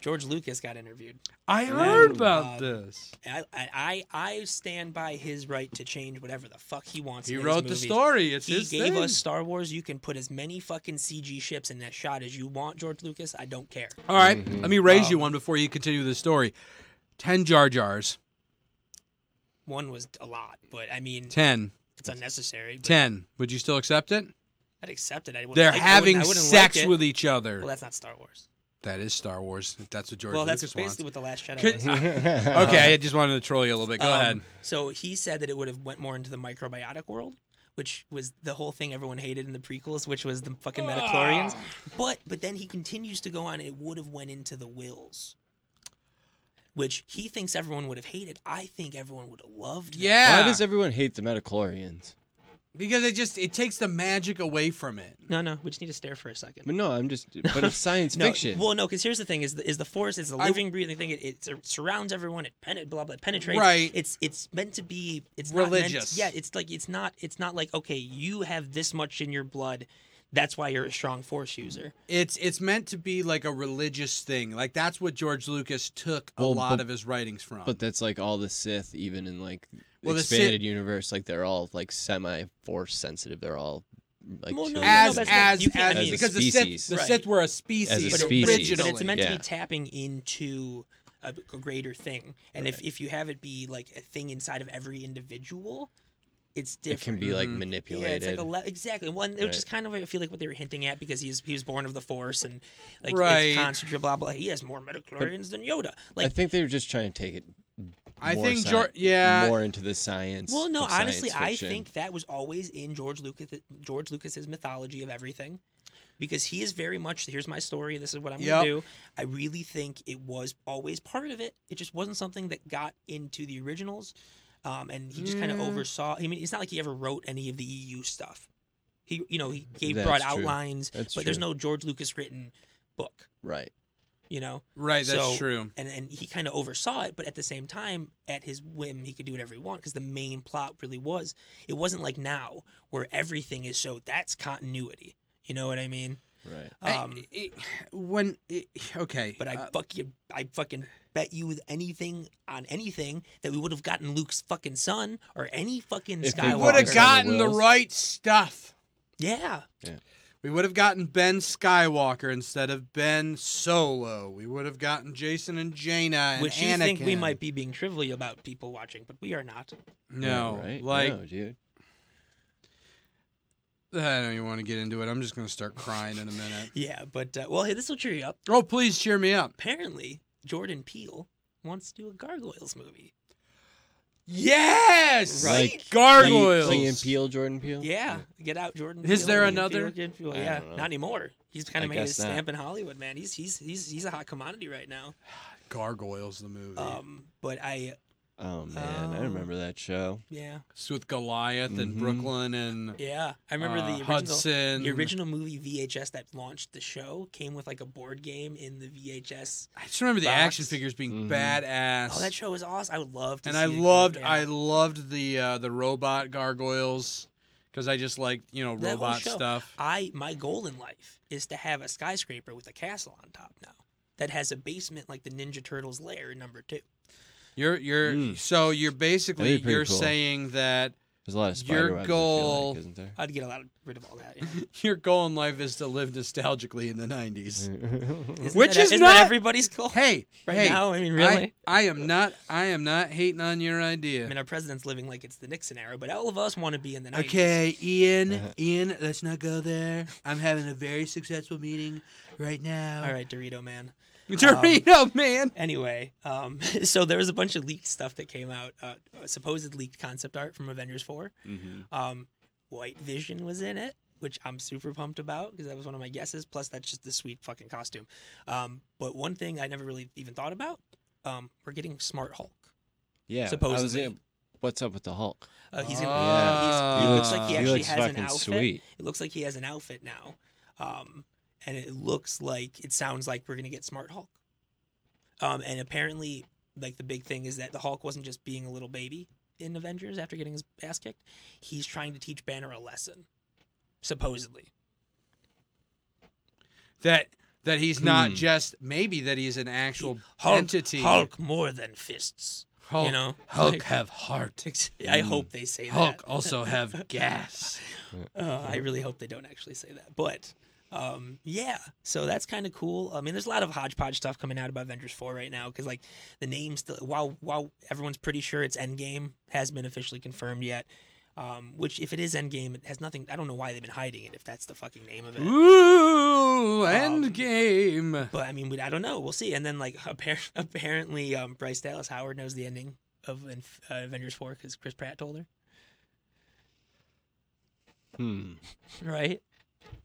[SPEAKER 3] George Lucas got interviewed.
[SPEAKER 2] I
[SPEAKER 3] heard about
[SPEAKER 2] uh, this.
[SPEAKER 3] And I, I, I I stand by his right to change whatever the fuck he wants.
[SPEAKER 2] He
[SPEAKER 3] in his
[SPEAKER 2] wrote the
[SPEAKER 3] movies.
[SPEAKER 2] story. It's
[SPEAKER 3] He
[SPEAKER 2] his
[SPEAKER 3] gave
[SPEAKER 2] thing.
[SPEAKER 3] us Star Wars. You can put as many fucking CG ships in that shot as you want, George Lucas. I don't care.
[SPEAKER 2] All right,
[SPEAKER 3] Mm-hmm.
[SPEAKER 2] let me raise you one before you continue the story. Ten Jar Jars.
[SPEAKER 3] One was a lot, but I mean,
[SPEAKER 2] Ten.
[SPEAKER 3] it's unnecessary. but
[SPEAKER 2] Ten. Would you still accept it?
[SPEAKER 3] I'd accept it. I wouldn't
[SPEAKER 2] They're
[SPEAKER 3] like- I wouldn't-
[SPEAKER 2] having
[SPEAKER 3] I wouldn't like
[SPEAKER 2] sex
[SPEAKER 3] it.
[SPEAKER 2] with each other.
[SPEAKER 3] Well, that's not Star Wars.
[SPEAKER 2] That is Star Wars. if That's what George
[SPEAKER 3] well, that's
[SPEAKER 2] Lucas
[SPEAKER 3] basically what
[SPEAKER 2] wants.
[SPEAKER 3] the Last Jedi
[SPEAKER 2] Could-
[SPEAKER 3] was.
[SPEAKER 2] okay, I just wanted to troll you a little bit. Go
[SPEAKER 3] Um,
[SPEAKER 2] ahead.
[SPEAKER 3] So he said that it would have went more into the microbiotic world, which was the whole thing everyone hated in the prequels, which was the fucking metachlorians.
[SPEAKER 2] Ah.
[SPEAKER 3] But but then he continues to go on. It would have went into the wills, which he thinks everyone would have hated. I think everyone would have loved. them.
[SPEAKER 2] Yeah.
[SPEAKER 1] Why does everyone hate the Metachlorians?
[SPEAKER 2] Because it just it takes the magic away from it.
[SPEAKER 3] No, no, we just need to stare for a second.
[SPEAKER 1] But no, I'm just. But it's science
[SPEAKER 3] No,
[SPEAKER 1] fiction.
[SPEAKER 3] Well, no, because here's the thing: is the, is the force is a
[SPEAKER 2] I-
[SPEAKER 3] living, breathing thing. It, it sur- surrounds everyone. It pen, blah blah penetrates.
[SPEAKER 2] Right.
[SPEAKER 3] It's it's meant to be. It's not meant-
[SPEAKER 2] Religious.
[SPEAKER 3] yeah. It's like it's not. It's not like okay, you have this much in your blood. That's why you're a strong force user.
[SPEAKER 2] It's it's meant to be like a religious thing. Like that's what George Lucas took a
[SPEAKER 1] Well,
[SPEAKER 2] lot
[SPEAKER 1] but-
[SPEAKER 2] of his writings from.
[SPEAKER 1] But that's like all the Sith, even in like
[SPEAKER 2] Well, the Sith-
[SPEAKER 1] expanded universe, like they're all like semi force sensitive. They're all like
[SPEAKER 3] Well, no,
[SPEAKER 1] children.
[SPEAKER 2] as
[SPEAKER 3] no, that's not-
[SPEAKER 2] as
[SPEAKER 3] you can't-
[SPEAKER 2] as,
[SPEAKER 3] I mean-
[SPEAKER 2] because the
[SPEAKER 1] species.
[SPEAKER 2] Sith the
[SPEAKER 3] Right.
[SPEAKER 2] Sith were a species,
[SPEAKER 1] As a
[SPEAKER 3] but, it-
[SPEAKER 1] species.
[SPEAKER 3] but it's- but
[SPEAKER 2] originally.
[SPEAKER 3] it's meant to
[SPEAKER 1] Yeah.
[SPEAKER 3] be tapping into a, a greater thing. And if, if you have it be like a thing inside of every individual, it's
[SPEAKER 1] it can
[SPEAKER 3] different. Mm-hmm.
[SPEAKER 1] be like
[SPEAKER 2] Mhm.
[SPEAKER 1] manipulated.
[SPEAKER 3] Yeah, it's like a le- exactly one, which
[SPEAKER 1] Right.
[SPEAKER 3] is kind of I feel like what they were hinting at because he's he was born of the Force and like
[SPEAKER 2] Right.
[SPEAKER 3] it's constant blah blah. He has more midichlorians than Yoda.
[SPEAKER 1] I
[SPEAKER 3] Like,
[SPEAKER 1] think they were just trying to take it.
[SPEAKER 2] I
[SPEAKER 1] more
[SPEAKER 2] think
[SPEAKER 1] sci-
[SPEAKER 2] Geor- yeah.
[SPEAKER 1] more into the science.
[SPEAKER 3] well, no,
[SPEAKER 1] of science
[SPEAKER 3] honestly, I
[SPEAKER 1] fiction.
[SPEAKER 3] think that was always in George Lucas George Lucas's mythology of everything. Because he is very much here's my story and this is what I'm
[SPEAKER 2] Yep.
[SPEAKER 3] gonna do. I really think it was always part of it. It just wasn't something that got into the originals, um, and he just kind of
[SPEAKER 2] Mm.
[SPEAKER 3] oversaw. I mean, it's not like he ever wrote any of the EU stuff. He, you know, he gave
[SPEAKER 1] That's
[SPEAKER 3] broad
[SPEAKER 1] true.
[SPEAKER 3] outlines,
[SPEAKER 1] That's
[SPEAKER 3] but there's
[SPEAKER 1] true.
[SPEAKER 3] no George Lucas written book.
[SPEAKER 1] right.
[SPEAKER 3] you know
[SPEAKER 2] Right, that's
[SPEAKER 3] So-
[SPEAKER 1] um,
[SPEAKER 2] true.
[SPEAKER 3] and and he kind of oversaw it but at the same time at his whim he could do whatever he wanted because the main plot really was it wasn't like now where everything is so that's continuity you know what i mean
[SPEAKER 1] Right.
[SPEAKER 2] I-
[SPEAKER 3] um
[SPEAKER 2] it- when it, okay,
[SPEAKER 3] but i
[SPEAKER 2] uh,
[SPEAKER 3] fucking i fucking bet you with anything on anything that we would have gotten luke's fucking son or any fucking
[SPEAKER 1] If they
[SPEAKER 2] we
[SPEAKER 3] skywalker
[SPEAKER 2] would have
[SPEAKER 1] Skywalker.
[SPEAKER 2] gotten the
[SPEAKER 1] Wills.
[SPEAKER 2] right stuff.
[SPEAKER 3] yeah
[SPEAKER 2] We would have gotten Ben Skywalker instead of Ben Solo. We would have gotten Jason and Jaina and
[SPEAKER 3] which you
[SPEAKER 2] Anakin.
[SPEAKER 3] think we might be being trivial about people watching but we are not
[SPEAKER 2] No,
[SPEAKER 1] Yeah, right?
[SPEAKER 2] like
[SPEAKER 1] no, dude.
[SPEAKER 2] I don't even want to get into it. I'm just gonna start crying in a minute.
[SPEAKER 3] yeah but uh, well hey this will cheer you up
[SPEAKER 2] Oh, please cheer me up.
[SPEAKER 3] apparently jordan peele wants to do a gargoyles movie
[SPEAKER 2] Yes,
[SPEAKER 1] Right.
[SPEAKER 2] Like
[SPEAKER 1] Key- Key and
[SPEAKER 2] gargoyles.
[SPEAKER 1] Peele, Jordan Peele.
[SPEAKER 3] Yeah, get out, Jordan.
[SPEAKER 2] Is there
[SPEAKER 3] Peele,
[SPEAKER 2] another?
[SPEAKER 3] Peele, Jordan Peele,
[SPEAKER 1] I
[SPEAKER 3] Yeah,
[SPEAKER 1] don't know.
[SPEAKER 3] not anymore. He's kind
[SPEAKER 1] I
[SPEAKER 3] of made his
[SPEAKER 1] guess not.
[SPEAKER 3] stamp in Hollywood, man. He's he's he's he's a hot commodity right now.
[SPEAKER 2] Gargoyles, the movie.
[SPEAKER 3] Um, but I
[SPEAKER 1] Oh man, I
[SPEAKER 3] Oh.
[SPEAKER 1] remember that show.
[SPEAKER 3] yeah
[SPEAKER 2] it's with Goliath and
[SPEAKER 1] Mhm.
[SPEAKER 2] Brooklyn and
[SPEAKER 3] yeah mm-hmm. I remember
[SPEAKER 2] uh,
[SPEAKER 3] the original
[SPEAKER 2] Hudson.
[SPEAKER 3] the original movie VHS that launched the show came with like a board game in the VHS.
[SPEAKER 2] I just remember the
[SPEAKER 3] box. Mm-hmm.
[SPEAKER 2] action figures
[SPEAKER 1] Mhm.
[SPEAKER 2] being badass.
[SPEAKER 3] Oh, that show was awesome. I would love to.
[SPEAKER 2] and
[SPEAKER 3] see
[SPEAKER 2] I
[SPEAKER 3] it again,
[SPEAKER 2] loved
[SPEAKER 3] yeah.
[SPEAKER 2] I loved the uh, the robot gargoyles because I just like you know
[SPEAKER 3] That whole
[SPEAKER 2] robot
[SPEAKER 3] show.
[SPEAKER 2] stuff.
[SPEAKER 3] I my goal in life is to have a skyscraper with a castle on top now that has a basement like the Ninja Turtles lair in number two.
[SPEAKER 2] You're you're
[SPEAKER 1] Mm.
[SPEAKER 2] so you're basically
[SPEAKER 1] pretty
[SPEAKER 2] you're
[SPEAKER 1] cool.
[SPEAKER 2] saying that
[SPEAKER 1] There's a lot of
[SPEAKER 2] Your
[SPEAKER 1] spider webs, I feel
[SPEAKER 2] goal-
[SPEAKER 1] like, isn't there?
[SPEAKER 3] I'd get a lot of, rid of all that. yeah.
[SPEAKER 2] your goal in life is to live nostalgically in the '90s.
[SPEAKER 3] Isn't
[SPEAKER 2] Which
[SPEAKER 3] is
[SPEAKER 2] is
[SPEAKER 3] isn't that
[SPEAKER 2] not-
[SPEAKER 3] everybody's goal
[SPEAKER 2] Hey,
[SPEAKER 3] right
[SPEAKER 2] hey,
[SPEAKER 3] now. I mean,
[SPEAKER 2] I-
[SPEAKER 3] really.
[SPEAKER 2] I, am not I am not hating on your
[SPEAKER 3] I,
[SPEAKER 2] idea.
[SPEAKER 3] mean, our president's living like it's the Nixon era, but all of us want to be in the 90s.
[SPEAKER 2] Okay, Ian, Ian, let's not go there. I'm having a very successful meeting right now.
[SPEAKER 3] All right, Um, Dorito man.
[SPEAKER 2] Dorito man.
[SPEAKER 3] Anyway, um, so there was a bunch of leaked stuff that came out, uh, supposed leaked concept art from Avengers 4. Um, White Vision was in it, which I'm super pumped about because that was one of my guesses. Plus, that's just the sweet fucking costume. Um, but one thing I never really even thought about um, we're getting Smart Hulk.
[SPEAKER 1] yeah. I was
[SPEAKER 3] supposedly.
[SPEAKER 1] in- What's up with the Hulk?
[SPEAKER 3] Uh, he's gonna.
[SPEAKER 2] Yeah.
[SPEAKER 3] he's- he looks like he
[SPEAKER 2] He
[SPEAKER 3] actually
[SPEAKER 1] Oh. looks
[SPEAKER 3] has an
[SPEAKER 1] fucking
[SPEAKER 3] outfit.
[SPEAKER 1] sweet.
[SPEAKER 3] It looks like he has an outfit now, um, and it looks like it sounds like we're gonna get Smart Hulk. Um, and apparently, like the big thing is that the Hulk wasn't just being a little baby in Avengers after getting his ass kicked. He's trying to teach Banner a lesson, supposedly.
[SPEAKER 2] That that he's not
[SPEAKER 1] Hmm.
[SPEAKER 2] just maybe that he's an actual
[SPEAKER 3] Hulk,
[SPEAKER 2] entity.
[SPEAKER 3] Hulk more than fists.
[SPEAKER 2] Hulk,
[SPEAKER 3] you know,
[SPEAKER 2] Hulk
[SPEAKER 3] like-
[SPEAKER 2] have heart.
[SPEAKER 3] I hope they say
[SPEAKER 2] Mm. Hulk
[SPEAKER 3] that.
[SPEAKER 2] also have gas.
[SPEAKER 3] Uh, I really hope they don't actually say that. But um, yeah, so that's kind of cool. I mean, there's a lot of hodgepodge stuff coming out about Avengers 4 right now because, like, the name still, while, while everyone's pretty sure it's Endgame, has been officially confirmed yet. Um, which, if it is Endgame, it has nothing. I don't know why they've been hiding it. If that's the fucking name of it.
[SPEAKER 2] Ooh, Endgame.
[SPEAKER 3] But I mean, we, I don't know. We'll see. And then like appar- apparently, um, Bryce Dallas Howard knows the ending of Inf- uh, Avengers Four because Chris Pratt told her.
[SPEAKER 1] Hmm.
[SPEAKER 3] Right.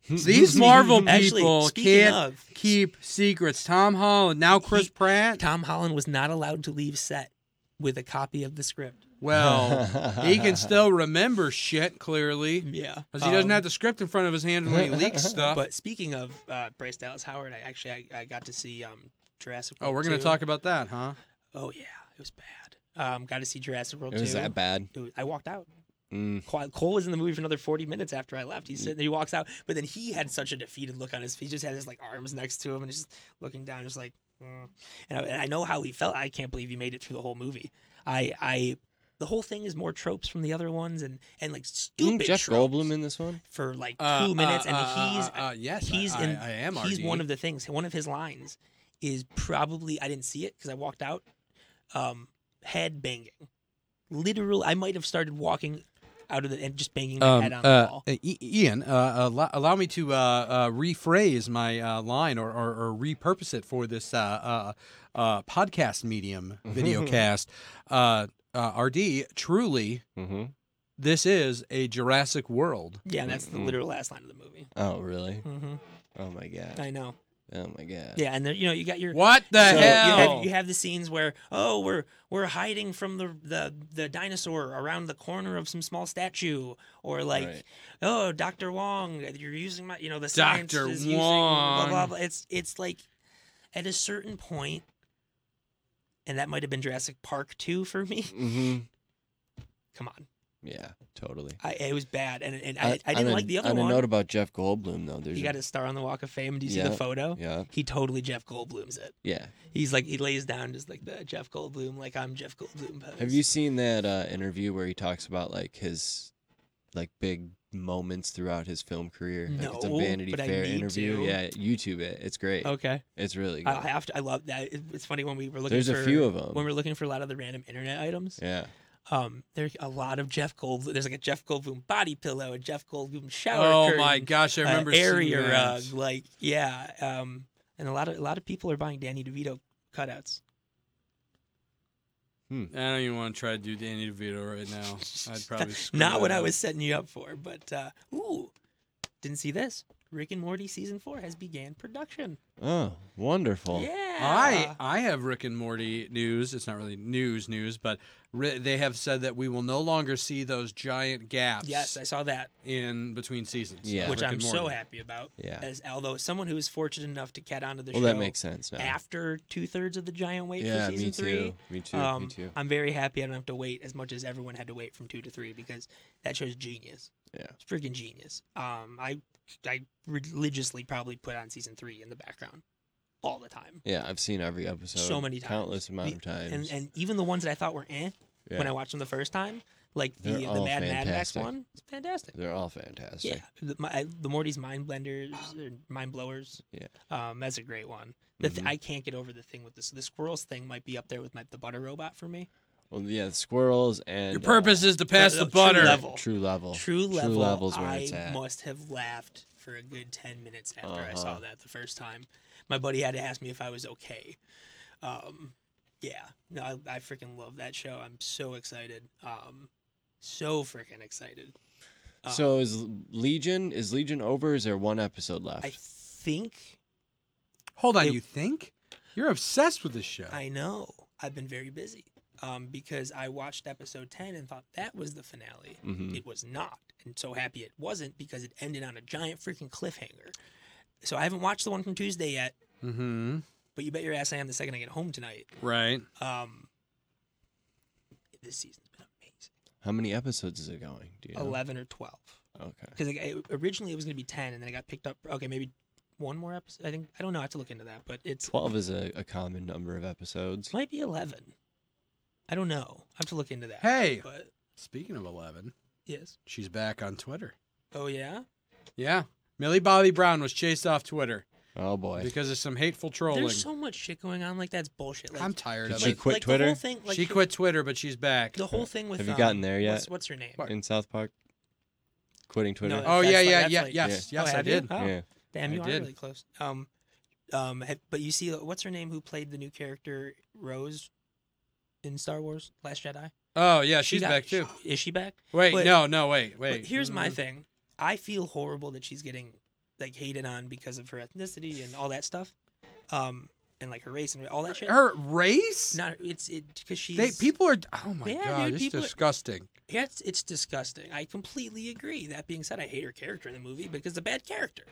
[SPEAKER 2] These Marvel people
[SPEAKER 3] Mm-hmm. Actually, speaking
[SPEAKER 2] can't
[SPEAKER 3] of-
[SPEAKER 2] keep secrets. Tom Holland, now Chris Pratt.
[SPEAKER 3] Tom Holland was not allowed to leave set with a copy of the script.
[SPEAKER 2] Well, he can still remember shit clearly.
[SPEAKER 3] Yeah,
[SPEAKER 2] because he doesn't
[SPEAKER 3] Um,
[SPEAKER 2] have the script in front of his hand when he leaks stuff.
[SPEAKER 3] But speaking of uh, Bryce Dallas Howard, I actually I, I got to see um, Jurassic.
[SPEAKER 2] oh,
[SPEAKER 3] World
[SPEAKER 2] we're gonna
[SPEAKER 3] 2.
[SPEAKER 2] talk about that, huh?
[SPEAKER 3] Oh yeah, it was bad. Um, got to see Jurassic World.
[SPEAKER 1] It was
[SPEAKER 3] 2.
[SPEAKER 1] that bad?
[SPEAKER 3] It was- I walked out.
[SPEAKER 1] Mm.
[SPEAKER 3] Cole Cole was in the movie for another 40 minutes after I
[SPEAKER 2] Mm.
[SPEAKER 3] left. He's sitting there, he walks out, but then he had such a defeated look on his face. He just had his like arms next to him and just looking down, just like, mm. and, I, and I know how he felt. I can't believe he made it through the whole movie. I, I, the whole thing is more tropes from the other ones and and like
[SPEAKER 1] Isn't
[SPEAKER 3] stupid
[SPEAKER 1] Jeff
[SPEAKER 3] tropes
[SPEAKER 1] Goldblum in this one?
[SPEAKER 3] for like two
[SPEAKER 2] Uh, uh,
[SPEAKER 3] minutes, and
[SPEAKER 2] uh,
[SPEAKER 3] he's
[SPEAKER 2] uh, uh, yes, I-
[SPEAKER 3] he's
[SPEAKER 2] I-
[SPEAKER 3] in
[SPEAKER 2] I am,
[SPEAKER 3] he's
[SPEAKER 2] RD.
[SPEAKER 3] one of the things. One of his lines is probably I didn't see it because I walked out, um, head banging, literal. I might have started walking out of the and just banging my
[SPEAKER 2] Um,
[SPEAKER 3] head on
[SPEAKER 2] uh,
[SPEAKER 3] the wall.
[SPEAKER 2] I- I- Ian, uh, allow, allow me to uh, uh, rephrase my uh, line or, or, or repurpose it for this uh, uh, uh, podcast medium
[SPEAKER 3] Mm-hmm.
[SPEAKER 2] video cast. Uh, uh, RD, truly,
[SPEAKER 1] Mm-hmm.
[SPEAKER 2] this is a Jurassic World.
[SPEAKER 3] Yeah, that's the
[SPEAKER 1] Mm-mm.
[SPEAKER 3] literal last line of the movie.
[SPEAKER 1] Oh, really?
[SPEAKER 3] hmm
[SPEAKER 1] Oh my god.
[SPEAKER 3] I know.
[SPEAKER 1] Oh my god.
[SPEAKER 3] Yeah, and there, you know you got your
[SPEAKER 2] What the
[SPEAKER 3] So
[SPEAKER 2] hell?
[SPEAKER 3] You have, you have the scenes where oh we're we're hiding from the, the the dinosaur around the corner of some small statue, or like
[SPEAKER 1] Right.
[SPEAKER 3] oh Doctor Wong, you're using my you know the science
[SPEAKER 2] Dr.
[SPEAKER 3] is using blah, blah
[SPEAKER 2] Wong.
[SPEAKER 3] blah. It's it's like at a certain point, and that might have been Jurassic Park two for me.
[SPEAKER 1] Mm-hmm.
[SPEAKER 3] Come on,
[SPEAKER 1] Yeah. Totally.
[SPEAKER 3] I, it was bad, and and I,
[SPEAKER 1] On-
[SPEAKER 3] I didn't
[SPEAKER 1] on a-
[SPEAKER 3] like the other
[SPEAKER 1] on
[SPEAKER 3] one.
[SPEAKER 1] a note about Jeff Goldblum though, there's
[SPEAKER 3] he
[SPEAKER 1] a-
[SPEAKER 3] got his star on the Walk of Fame. Do you see
[SPEAKER 1] Yeah,
[SPEAKER 3] the photo?
[SPEAKER 1] yeah.
[SPEAKER 3] He totally Jeff Goldblum's it.
[SPEAKER 1] yeah.
[SPEAKER 3] He's like he lays down just like the Jeff Goldblum, like I'm Jeff Goldblum pose.
[SPEAKER 1] Have you seen that uh, interview where he talks about like his like big moments throughout his film career? like, it's a
[SPEAKER 3] No,
[SPEAKER 1] Vanity
[SPEAKER 3] but I
[SPEAKER 1] Fair
[SPEAKER 3] need
[SPEAKER 1] interview.
[SPEAKER 3] to.
[SPEAKER 1] Yeah, YouTube it. It's great.
[SPEAKER 3] Okay.
[SPEAKER 1] It's really
[SPEAKER 3] I,
[SPEAKER 1] good.
[SPEAKER 3] I have to. I love that. It- It's funny when we were looking.
[SPEAKER 1] There's a
[SPEAKER 3] for-
[SPEAKER 1] few of 'em.
[SPEAKER 3] When we're looking for a lot of the random internet items,
[SPEAKER 1] yeah.
[SPEAKER 3] um, there's a lot of Jeff Goldblum. There's like a Jeff Goldblum body pillow, a Jeff Goldblum shower
[SPEAKER 2] Oh
[SPEAKER 3] curtain,
[SPEAKER 2] my gosh, I
[SPEAKER 3] a
[SPEAKER 2] remember seeing
[SPEAKER 3] uh, area uh,
[SPEAKER 2] that.
[SPEAKER 3] rug. Like yeah, um, and a lot of a lot of people are buying Danny DeVito cutouts.
[SPEAKER 2] I don't even want to try to do Danny DeVito right now. I'd probably screw
[SPEAKER 3] Not what
[SPEAKER 2] that
[SPEAKER 3] I
[SPEAKER 2] up.
[SPEAKER 3] was setting you up for, but uh, ooh, didn't see this. Rick and Morty season four has began production.
[SPEAKER 1] Oh, wonderful.
[SPEAKER 3] Yeah, Uh,
[SPEAKER 2] I I have Rick and Morty news. It's not really news news, but ri- they have said that we will no longer see those giant gaps
[SPEAKER 3] Yes, I saw that,
[SPEAKER 2] in between seasons. of
[SPEAKER 1] Yeah.
[SPEAKER 3] which
[SPEAKER 2] Rick
[SPEAKER 3] I'm
[SPEAKER 2] and
[SPEAKER 3] so
[SPEAKER 2] Morty.
[SPEAKER 3] happy about.
[SPEAKER 1] Yeah.
[SPEAKER 3] As although someone who is fortunate enough to cat onto the
[SPEAKER 1] Well,
[SPEAKER 3] show
[SPEAKER 1] that makes sense now.
[SPEAKER 3] after two thirds of the giant wait
[SPEAKER 1] Yeah,
[SPEAKER 3] for
[SPEAKER 1] me
[SPEAKER 3] season three.
[SPEAKER 1] too. Me too. Me too.
[SPEAKER 3] Um, I'm very happy I don't have to wait as much as everyone had to wait from two to three because that show's genius.
[SPEAKER 1] Yeah.
[SPEAKER 3] It's freaking genius. Um, I I religiously probably put on season three in the background all the time.
[SPEAKER 1] Yeah, I've seen every episode.
[SPEAKER 3] So many times.
[SPEAKER 1] Countless amount
[SPEAKER 3] The-
[SPEAKER 1] of times.
[SPEAKER 3] And and even the ones that I thought were eh
[SPEAKER 1] yeah.
[SPEAKER 3] when I watched them the first time, like the
[SPEAKER 1] They're
[SPEAKER 3] the
[SPEAKER 1] all
[SPEAKER 3] Mad Mad Max
[SPEAKER 1] fantastic.
[SPEAKER 3] one, it's fantastic.
[SPEAKER 1] They're all fantastic.
[SPEAKER 3] Yeah, the, my, I- the Morty's mind blenders, or mind blowers.
[SPEAKER 1] Yeah.
[SPEAKER 3] um, that's a great one. The th-
[SPEAKER 1] Mhm.
[SPEAKER 3] I can't get over the thing with this. The squirrels thing might be up there with my, the butter robot for me.
[SPEAKER 1] Well, yeah, the squirrels and
[SPEAKER 2] Your purpose is to pass the
[SPEAKER 3] no, true
[SPEAKER 2] butter.
[SPEAKER 1] uh,
[SPEAKER 3] level.
[SPEAKER 1] true level.
[SPEAKER 3] True level.
[SPEAKER 1] True levels where
[SPEAKER 3] I
[SPEAKER 1] it's at.
[SPEAKER 3] must have laughed for a good ten minutes after I
[SPEAKER 1] Uh-huh.
[SPEAKER 3] saw that the first time. My buddy had to ask me if I was okay. Um, yeah, no, I, I freaking love that show. I'm so excited. Um, so freaking excited. Um,
[SPEAKER 1] so is Legion is Legion over? or Is there one episode left?
[SPEAKER 3] I think
[SPEAKER 2] Hold on,
[SPEAKER 3] It-
[SPEAKER 2] you think you're obsessed with this show?
[SPEAKER 3] I know. I've been very busy um, because I watched episode 10 and thought that was the finale.
[SPEAKER 1] Mhm.
[SPEAKER 3] It was not. And so happy it wasn't because it ended on a giant freaking cliffhanger. So I haven't watched the one from Tuesday yet,
[SPEAKER 2] mm-hmm.
[SPEAKER 3] but you bet your ass I am the second I get home tonight.
[SPEAKER 2] Right.
[SPEAKER 3] Um, this season's been amazing.
[SPEAKER 1] How many episodes is it going? Do you know?
[SPEAKER 3] 11 or 12.
[SPEAKER 1] Okay.
[SPEAKER 3] Because originally it was going to be 10 and then it got picked up. Okay, maybe one more episode. I think, I don't know. I have to look into that, but it's
[SPEAKER 1] Twelve is a, a common number of episodes.
[SPEAKER 3] might be 11. I don't know. I have to look into that.
[SPEAKER 2] Hey.
[SPEAKER 3] But
[SPEAKER 2] Speaking of Eleven,
[SPEAKER 3] yes.
[SPEAKER 2] she's back on Twitter.
[SPEAKER 3] Oh yeah.
[SPEAKER 2] Yeah, Millie Bobby Brown was chased off Twitter.
[SPEAKER 1] Oh boy.
[SPEAKER 2] because of some hateful trolling.
[SPEAKER 3] There's so much shit going on like that's bullshit. Like,
[SPEAKER 2] I'm tired
[SPEAKER 1] Did
[SPEAKER 2] of
[SPEAKER 1] she
[SPEAKER 2] it.
[SPEAKER 1] quit
[SPEAKER 3] like, The
[SPEAKER 1] Twitter?
[SPEAKER 3] whole thing, like,
[SPEAKER 2] she quit Twitter, but she's back.
[SPEAKER 3] The whole thing with
[SPEAKER 1] Have you
[SPEAKER 3] um,
[SPEAKER 1] gotten there yet?
[SPEAKER 3] What's, what's her name?
[SPEAKER 1] in South Park? Quitting Twitter.
[SPEAKER 3] No,
[SPEAKER 2] Oh,
[SPEAKER 3] that's
[SPEAKER 2] yeah,
[SPEAKER 3] like-
[SPEAKER 2] yeah,
[SPEAKER 3] that's
[SPEAKER 2] yeah,
[SPEAKER 3] like-
[SPEAKER 2] yes,
[SPEAKER 3] Oh,
[SPEAKER 2] yes, I
[SPEAKER 3] have you?
[SPEAKER 2] did.
[SPEAKER 3] Oh.
[SPEAKER 1] Yeah.
[SPEAKER 3] Damn,
[SPEAKER 2] I
[SPEAKER 3] you are
[SPEAKER 2] did.
[SPEAKER 3] really close. Um, um, have- but you see, what's her name? Who played the new character Rose in Star Wars: Last Jedi?
[SPEAKER 2] Oh yeah,
[SPEAKER 3] She
[SPEAKER 2] she's
[SPEAKER 3] got-
[SPEAKER 2] back too.
[SPEAKER 3] Is she back?
[SPEAKER 2] Wait,
[SPEAKER 3] But-
[SPEAKER 2] no, no, wait,
[SPEAKER 3] but
[SPEAKER 2] wait.
[SPEAKER 3] here's my
[SPEAKER 2] Mm.
[SPEAKER 3] thing. I feel horrible that she's getting like hated on because of her ethnicity and all that stuff, um, and like her race and all that shit.
[SPEAKER 2] Her race?
[SPEAKER 3] Not it's it because she's
[SPEAKER 2] They people are. Oh my
[SPEAKER 3] Yeah,
[SPEAKER 2] god,
[SPEAKER 3] dude,
[SPEAKER 2] it's
[SPEAKER 3] people are-
[SPEAKER 2] disgusting.
[SPEAKER 3] Yeah, it's, it's disgusting. I completely agree. That being said, I hate her character in the movie because the bad character.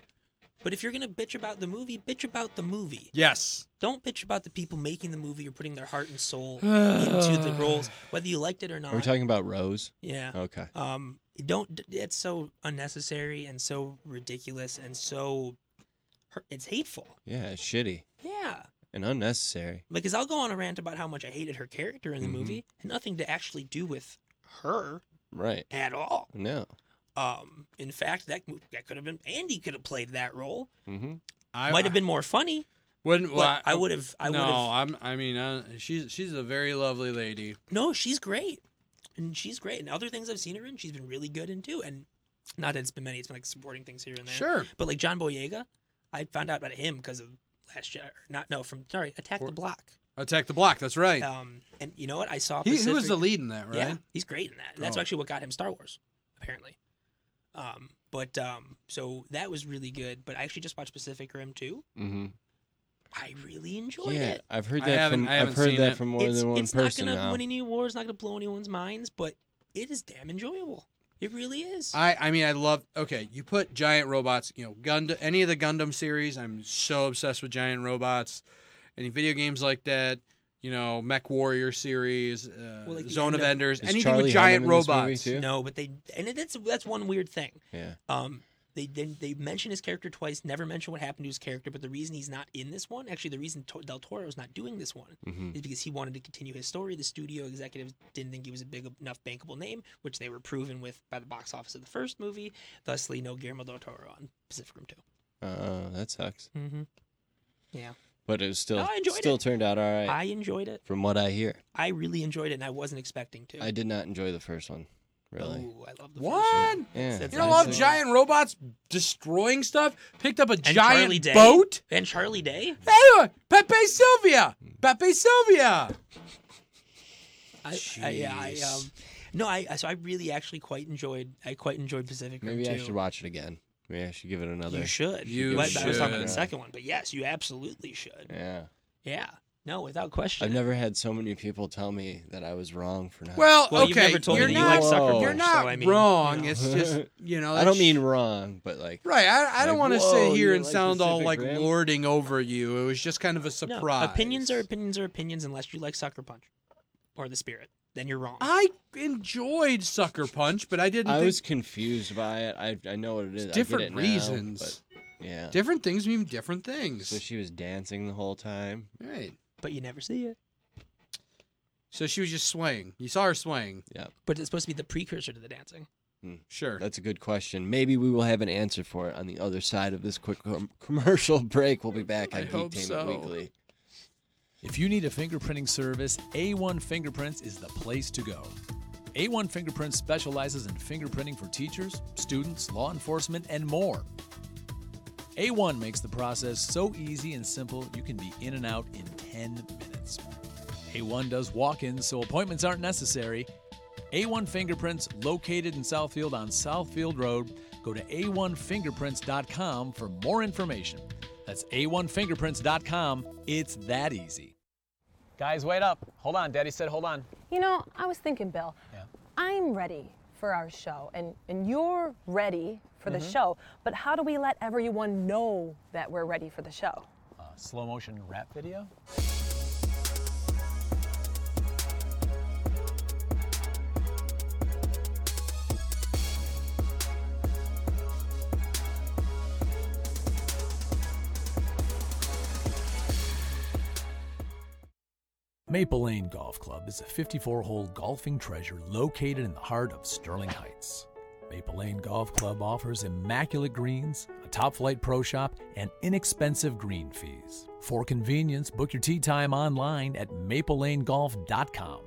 [SPEAKER 3] But if you're gonna bitch about the movie, bitch about the movie.
[SPEAKER 2] Yes.
[SPEAKER 3] Don't bitch about the people making the movie or putting their heart and soul into the roles, whether you liked it or not.
[SPEAKER 1] Are we talking about Rose?
[SPEAKER 3] Yeah.
[SPEAKER 1] Okay.
[SPEAKER 3] Um, don't. d- It's so unnecessary and so ridiculous and so. hurt- It's hateful.
[SPEAKER 1] Yeah, it's shitty
[SPEAKER 3] Yeah.
[SPEAKER 1] and unnecessary.
[SPEAKER 3] Because I'll go on a rant about how much I hated her character in the
[SPEAKER 1] Mhm.
[SPEAKER 3] movie, and nothing to actually do with her
[SPEAKER 1] Right.
[SPEAKER 3] at all.
[SPEAKER 1] No.
[SPEAKER 3] Um, in fact, that mo- that could have been Andy could have played that role.
[SPEAKER 1] Mm-hmm.
[SPEAKER 2] I
[SPEAKER 3] Might have been more funny.
[SPEAKER 2] Wouldn't.
[SPEAKER 3] but
[SPEAKER 2] Well,
[SPEAKER 3] I would've- I
[SPEAKER 2] no,
[SPEAKER 3] would've-
[SPEAKER 2] I'm. I mean, uh, she's she's a very lovely lady.
[SPEAKER 3] No, she's great, and she's great. And other things I've seen her in, she's been really good in too. And not that it's been many; it's been like supporting things here and there.
[SPEAKER 2] Sure.
[SPEAKER 3] But like John Boyega, I found out about him because of last year. Not no, from sorry, Attack the Block.
[SPEAKER 2] Attack the block. That's right.
[SPEAKER 3] Um, and you know what? I saw.
[SPEAKER 2] he, he was the
[SPEAKER 3] Pacific-
[SPEAKER 2] lead in that, right?
[SPEAKER 3] Yeah, he's great in that. That's
[SPEAKER 2] Oh.
[SPEAKER 3] actually what got him Star Wars, apparently. Um, but um, so that was really good. But I actually just watched Pacific Rim 2.
[SPEAKER 1] Mm-hmm.
[SPEAKER 3] I really enjoyed
[SPEAKER 1] Yeah,
[SPEAKER 3] it.
[SPEAKER 1] I've heard
[SPEAKER 2] I
[SPEAKER 1] that
[SPEAKER 2] haven't-
[SPEAKER 1] from
[SPEAKER 2] I
[SPEAKER 1] I've
[SPEAKER 2] haven't
[SPEAKER 1] heard
[SPEAKER 2] seen
[SPEAKER 1] that
[SPEAKER 2] it.
[SPEAKER 1] from more
[SPEAKER 3] it's,
[SPEAKER 1] than one
[SPEAKER 3] it's
[SPEAKER 1] person
[SPEAKER 3] not gonna
[SPEAKER 1] now.
[SPEAKER 3] win any awards. Not gonna blow anyone's minds, but it is damn enjoyable. It really is.
[SPEAKER 2] I, I mean I love okay you put giant robots you know Gundam any of the Gundam series I'm so obsessed with giant robots any video games like that you know Mech Warrior series uh,
[SPEAKER 3] Well, like the
[SPEAKER 2] Zone of
[SPEAKER 3] Gundam-
[SPEAKER 2] Enders
[SPEAKER 1] Is
[SPEAKER 2] anything
[SPEAKER 1] Charlie
[SPEAKER 2] with
[SPEAKER 1] Hunnam
[SPEAKER 2] giant
[SPEAKER 1] in this movie
[SPEAKER 2] robots
[SPEAKER 1] too?
[SPEAKER 3] no, but they and it- that's that's one weird thing.
[SPEAKER 1] Yeah.
[SPEAKER 3] Um, they, they they mention his character twice. Never mention what happened to his character. But the reason he's not in this one, actually, the reason to- Del Toro's not doing this one,
[SPEAKER 1] Mhm.
[SPEAKER 3] is because he wanted to continue his story. The studio executives didn't think he was a big enough bankable name, which they were proven with by the box office of the first movie. Thusly, no Guillermo del Toro on Pacific Rim Two.
[SPEAKER 1] Uh, that sucks.
[SPEAKER 3] Mm-hmm. Yeah,
[SPEAKER 1] But it was still
[SPEAKER 3] No, I enjoyed
[SPEAKER 1] still
[SPEAKER 3] it.
[SPEAKER 1] turned out all right
[SPEAKER 3] I enjoyed it.
[SPEAKER 1] from what I hear.
[SPEAKER 3] I really enjoyed it, and I wasn't expecting to.
[SPEAKER 1] I did not enjoy the first one, really.
[SPEAKER 2] Oh.
[SPEAKER 3] Ooh, I love the
[SPEAKER 2] what
[SPEAKER 3] First
[SPEAKER 1] Yeah.
[SPEAKER 3] That's
[SPEAKER 2] you don't
[SPEAKER 3] nice.
[SPEAKER 2] love giant robots destroying stuff picked up a
[SPEAKER 3] and Charlie
[SPEAKER 2] giant
[SPEAKER 3] Day
[SPEAKER 2] boat
[SPEAKER 3] and Charlie Day.
[SPEAKER 2] hey Pepe Sylvia Pepe Sylvia
[SPEAKER 3] I, I, yeah, I um, no, I I- so I really actually quite enjoyed. I quite enjoyed Pacific Rim
[SPEAKER 1] Maybe I
[SPEAKER 3] too.
[SPEAKER 1] should watch it again. Maybe I should give it another.
[SPEAKER 3] You should.
[SPEAKER 2] You
[SPEAKER 3] but I was talking about
[SPEAKER 2] should.
[SPEAKER 3] the second one, but yes, you absolutely should.
[SPEAKER 1] Yeah.
[SPEAKER 3] Yeah. No, without
[SPEAKER 1] I've
[SPEAKER 3] question.
[SPEAKER 1] never had so many people tell me that I was wrong for not.
[SPEAKER 2] well,
[SPEAKER 3] Well,
[SPEAKER 2] okay
[SPEAKER 3] you've never told
[SPEAKER 2] you're
[SPEAKER 3] me that you
[SPEAKER 2] not
[SPEAKER 3] like Zuckerberg,
[SPEAKER 2] you're not
[SPEAKER 3] so I mean, you
[SPEAKER 2] wrong
[SPEAKER 3] know.
[SPEAKER 2] it's just you know
[SPEAKER 1] I don't
[SPEAKER 2] that's-
[SPEAKER 1] mean wrong, but like
[SPEAKER 2] Right. I, I don't
[SPEAKER 1] Like,
[SPEAKER 2] want to
[SPEAKER 1] whoa,
[SPEAKER 2] sit here
[SPEAKER 1] you
[SPEAKER 2] and
[SPEAKER 1] like
[SPEAKER 2] sound all
[SPEAKER 1] Pacific
[SPEAKER 2] like
[SPEAKER 1] Rim?
[SPEAKER 2] lording over you. It was just kind of a
[SPEAKER 3] No,
[SPEAKER 2] surprise.
[SPEAKER 3] opinions are opinions are opinions unless you like Sucker Punch or the Spirit. Then you're wrong.
[SPEAKER 1] Ah.
[SPEAKER 2] I enjoyed Sucker Punch, but I didn't.
[SPEAKER 1] I
[SPEAKER 2] think
[SPEAKER 1] was confused by it. I I know what it is. I get
[SPEAKER 2] different
[SPEAKER 1] it now,
[SPEAKER 2] reasons.
[SPEAKER 1] but yeah.
[SPEAKER 2] different things mean different things.
[SPEAKER 1] So she was dancing the whole time.
[SPEAKER 2] right.
[SPEAKER 3] but you never see it.
[SPEAKER 2] So she was just swaying. You saw her swaying.
[SPEAKER 1] Yeah.
[SPEAKER 3] But it's supposed to be the precursor to the dancing.
[SPEAKER 1] Mm.
[SPEAKER 2] Sure.
[SPEAKER 1] That's a good question. Maybe we will have an answer for it on the other side of this quick com- commercial break. We'll be back
[SPEAKER 2] I
[SPEAKER 1] on
[SPEAKER 2] hope
[SPEAKER 1] Geektainment
[SPEAKER 2] so.
[SPEAKER 1] Weekly.
[SPEAKER 12] If you need a fingerprinting service, A1 Fingerprints is the place to go. A1 Fingerprints specializes in fingerprinting for teachers, students, law enforcement, and more. A1 makes the process so easy and simple you can be in and out in 10 minutes. A1 does walk ins, so appointments aren't necessary. A1 Fingerprints, located in Southfield on Southfield Road. Go to a1fingerprints.com for more information. That's a1fingerprints.com. It's that easy.
[SPEAKER 7] Guys, wait up. Hold on. Daddy said hold on.
[SPEAKER 13] You know, I was thinking, Bill, I'm ready for our show, and, and you're ready for
[SPEAKER 11] Mm-hmm.
[SPEAKER 13] the show, but how do we let everyone know that we're ready for the show?
[SPEAKER 12] Uh, slow motion rap video? Maple Lane Golf Club is a 54 hole golfing treasure located in the heart of Sterling Heights. Maple Lane Golf Club offers immaculate greens, a top flight pro shop, and inexpensive green fees. For convenience, book your tee time online at maplelanegolf.com.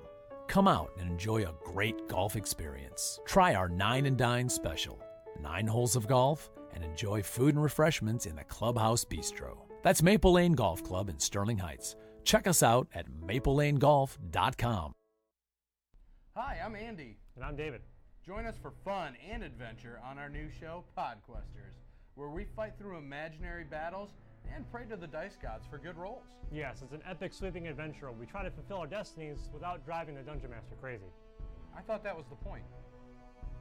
[SPEAKER 12] Come out and enjoy a great golf experience. Try our Nine and Dine special nine holes of golf, and enjoy food and refreshments in the Clubhouse Bistro. That's Maple Lane Golf Club in Sterling Heights. Check us out at maplelanegolf.com.
[SPEAKER 2] Hi, I'm Andy.
[SPEAKER 14] And I'm David.
[SPEAKER 2] Join us for fun and adventure on our new show, Podquesters, where we fight through imaginary battles and pray to the dice gods for good rolls.
[SPEAKER 14] Yes, it's an epic sweeping adventure. We try to fulfill our destinies without driving the Dungeon Master crazy.
[SPEAKER 2] I thought that was the point.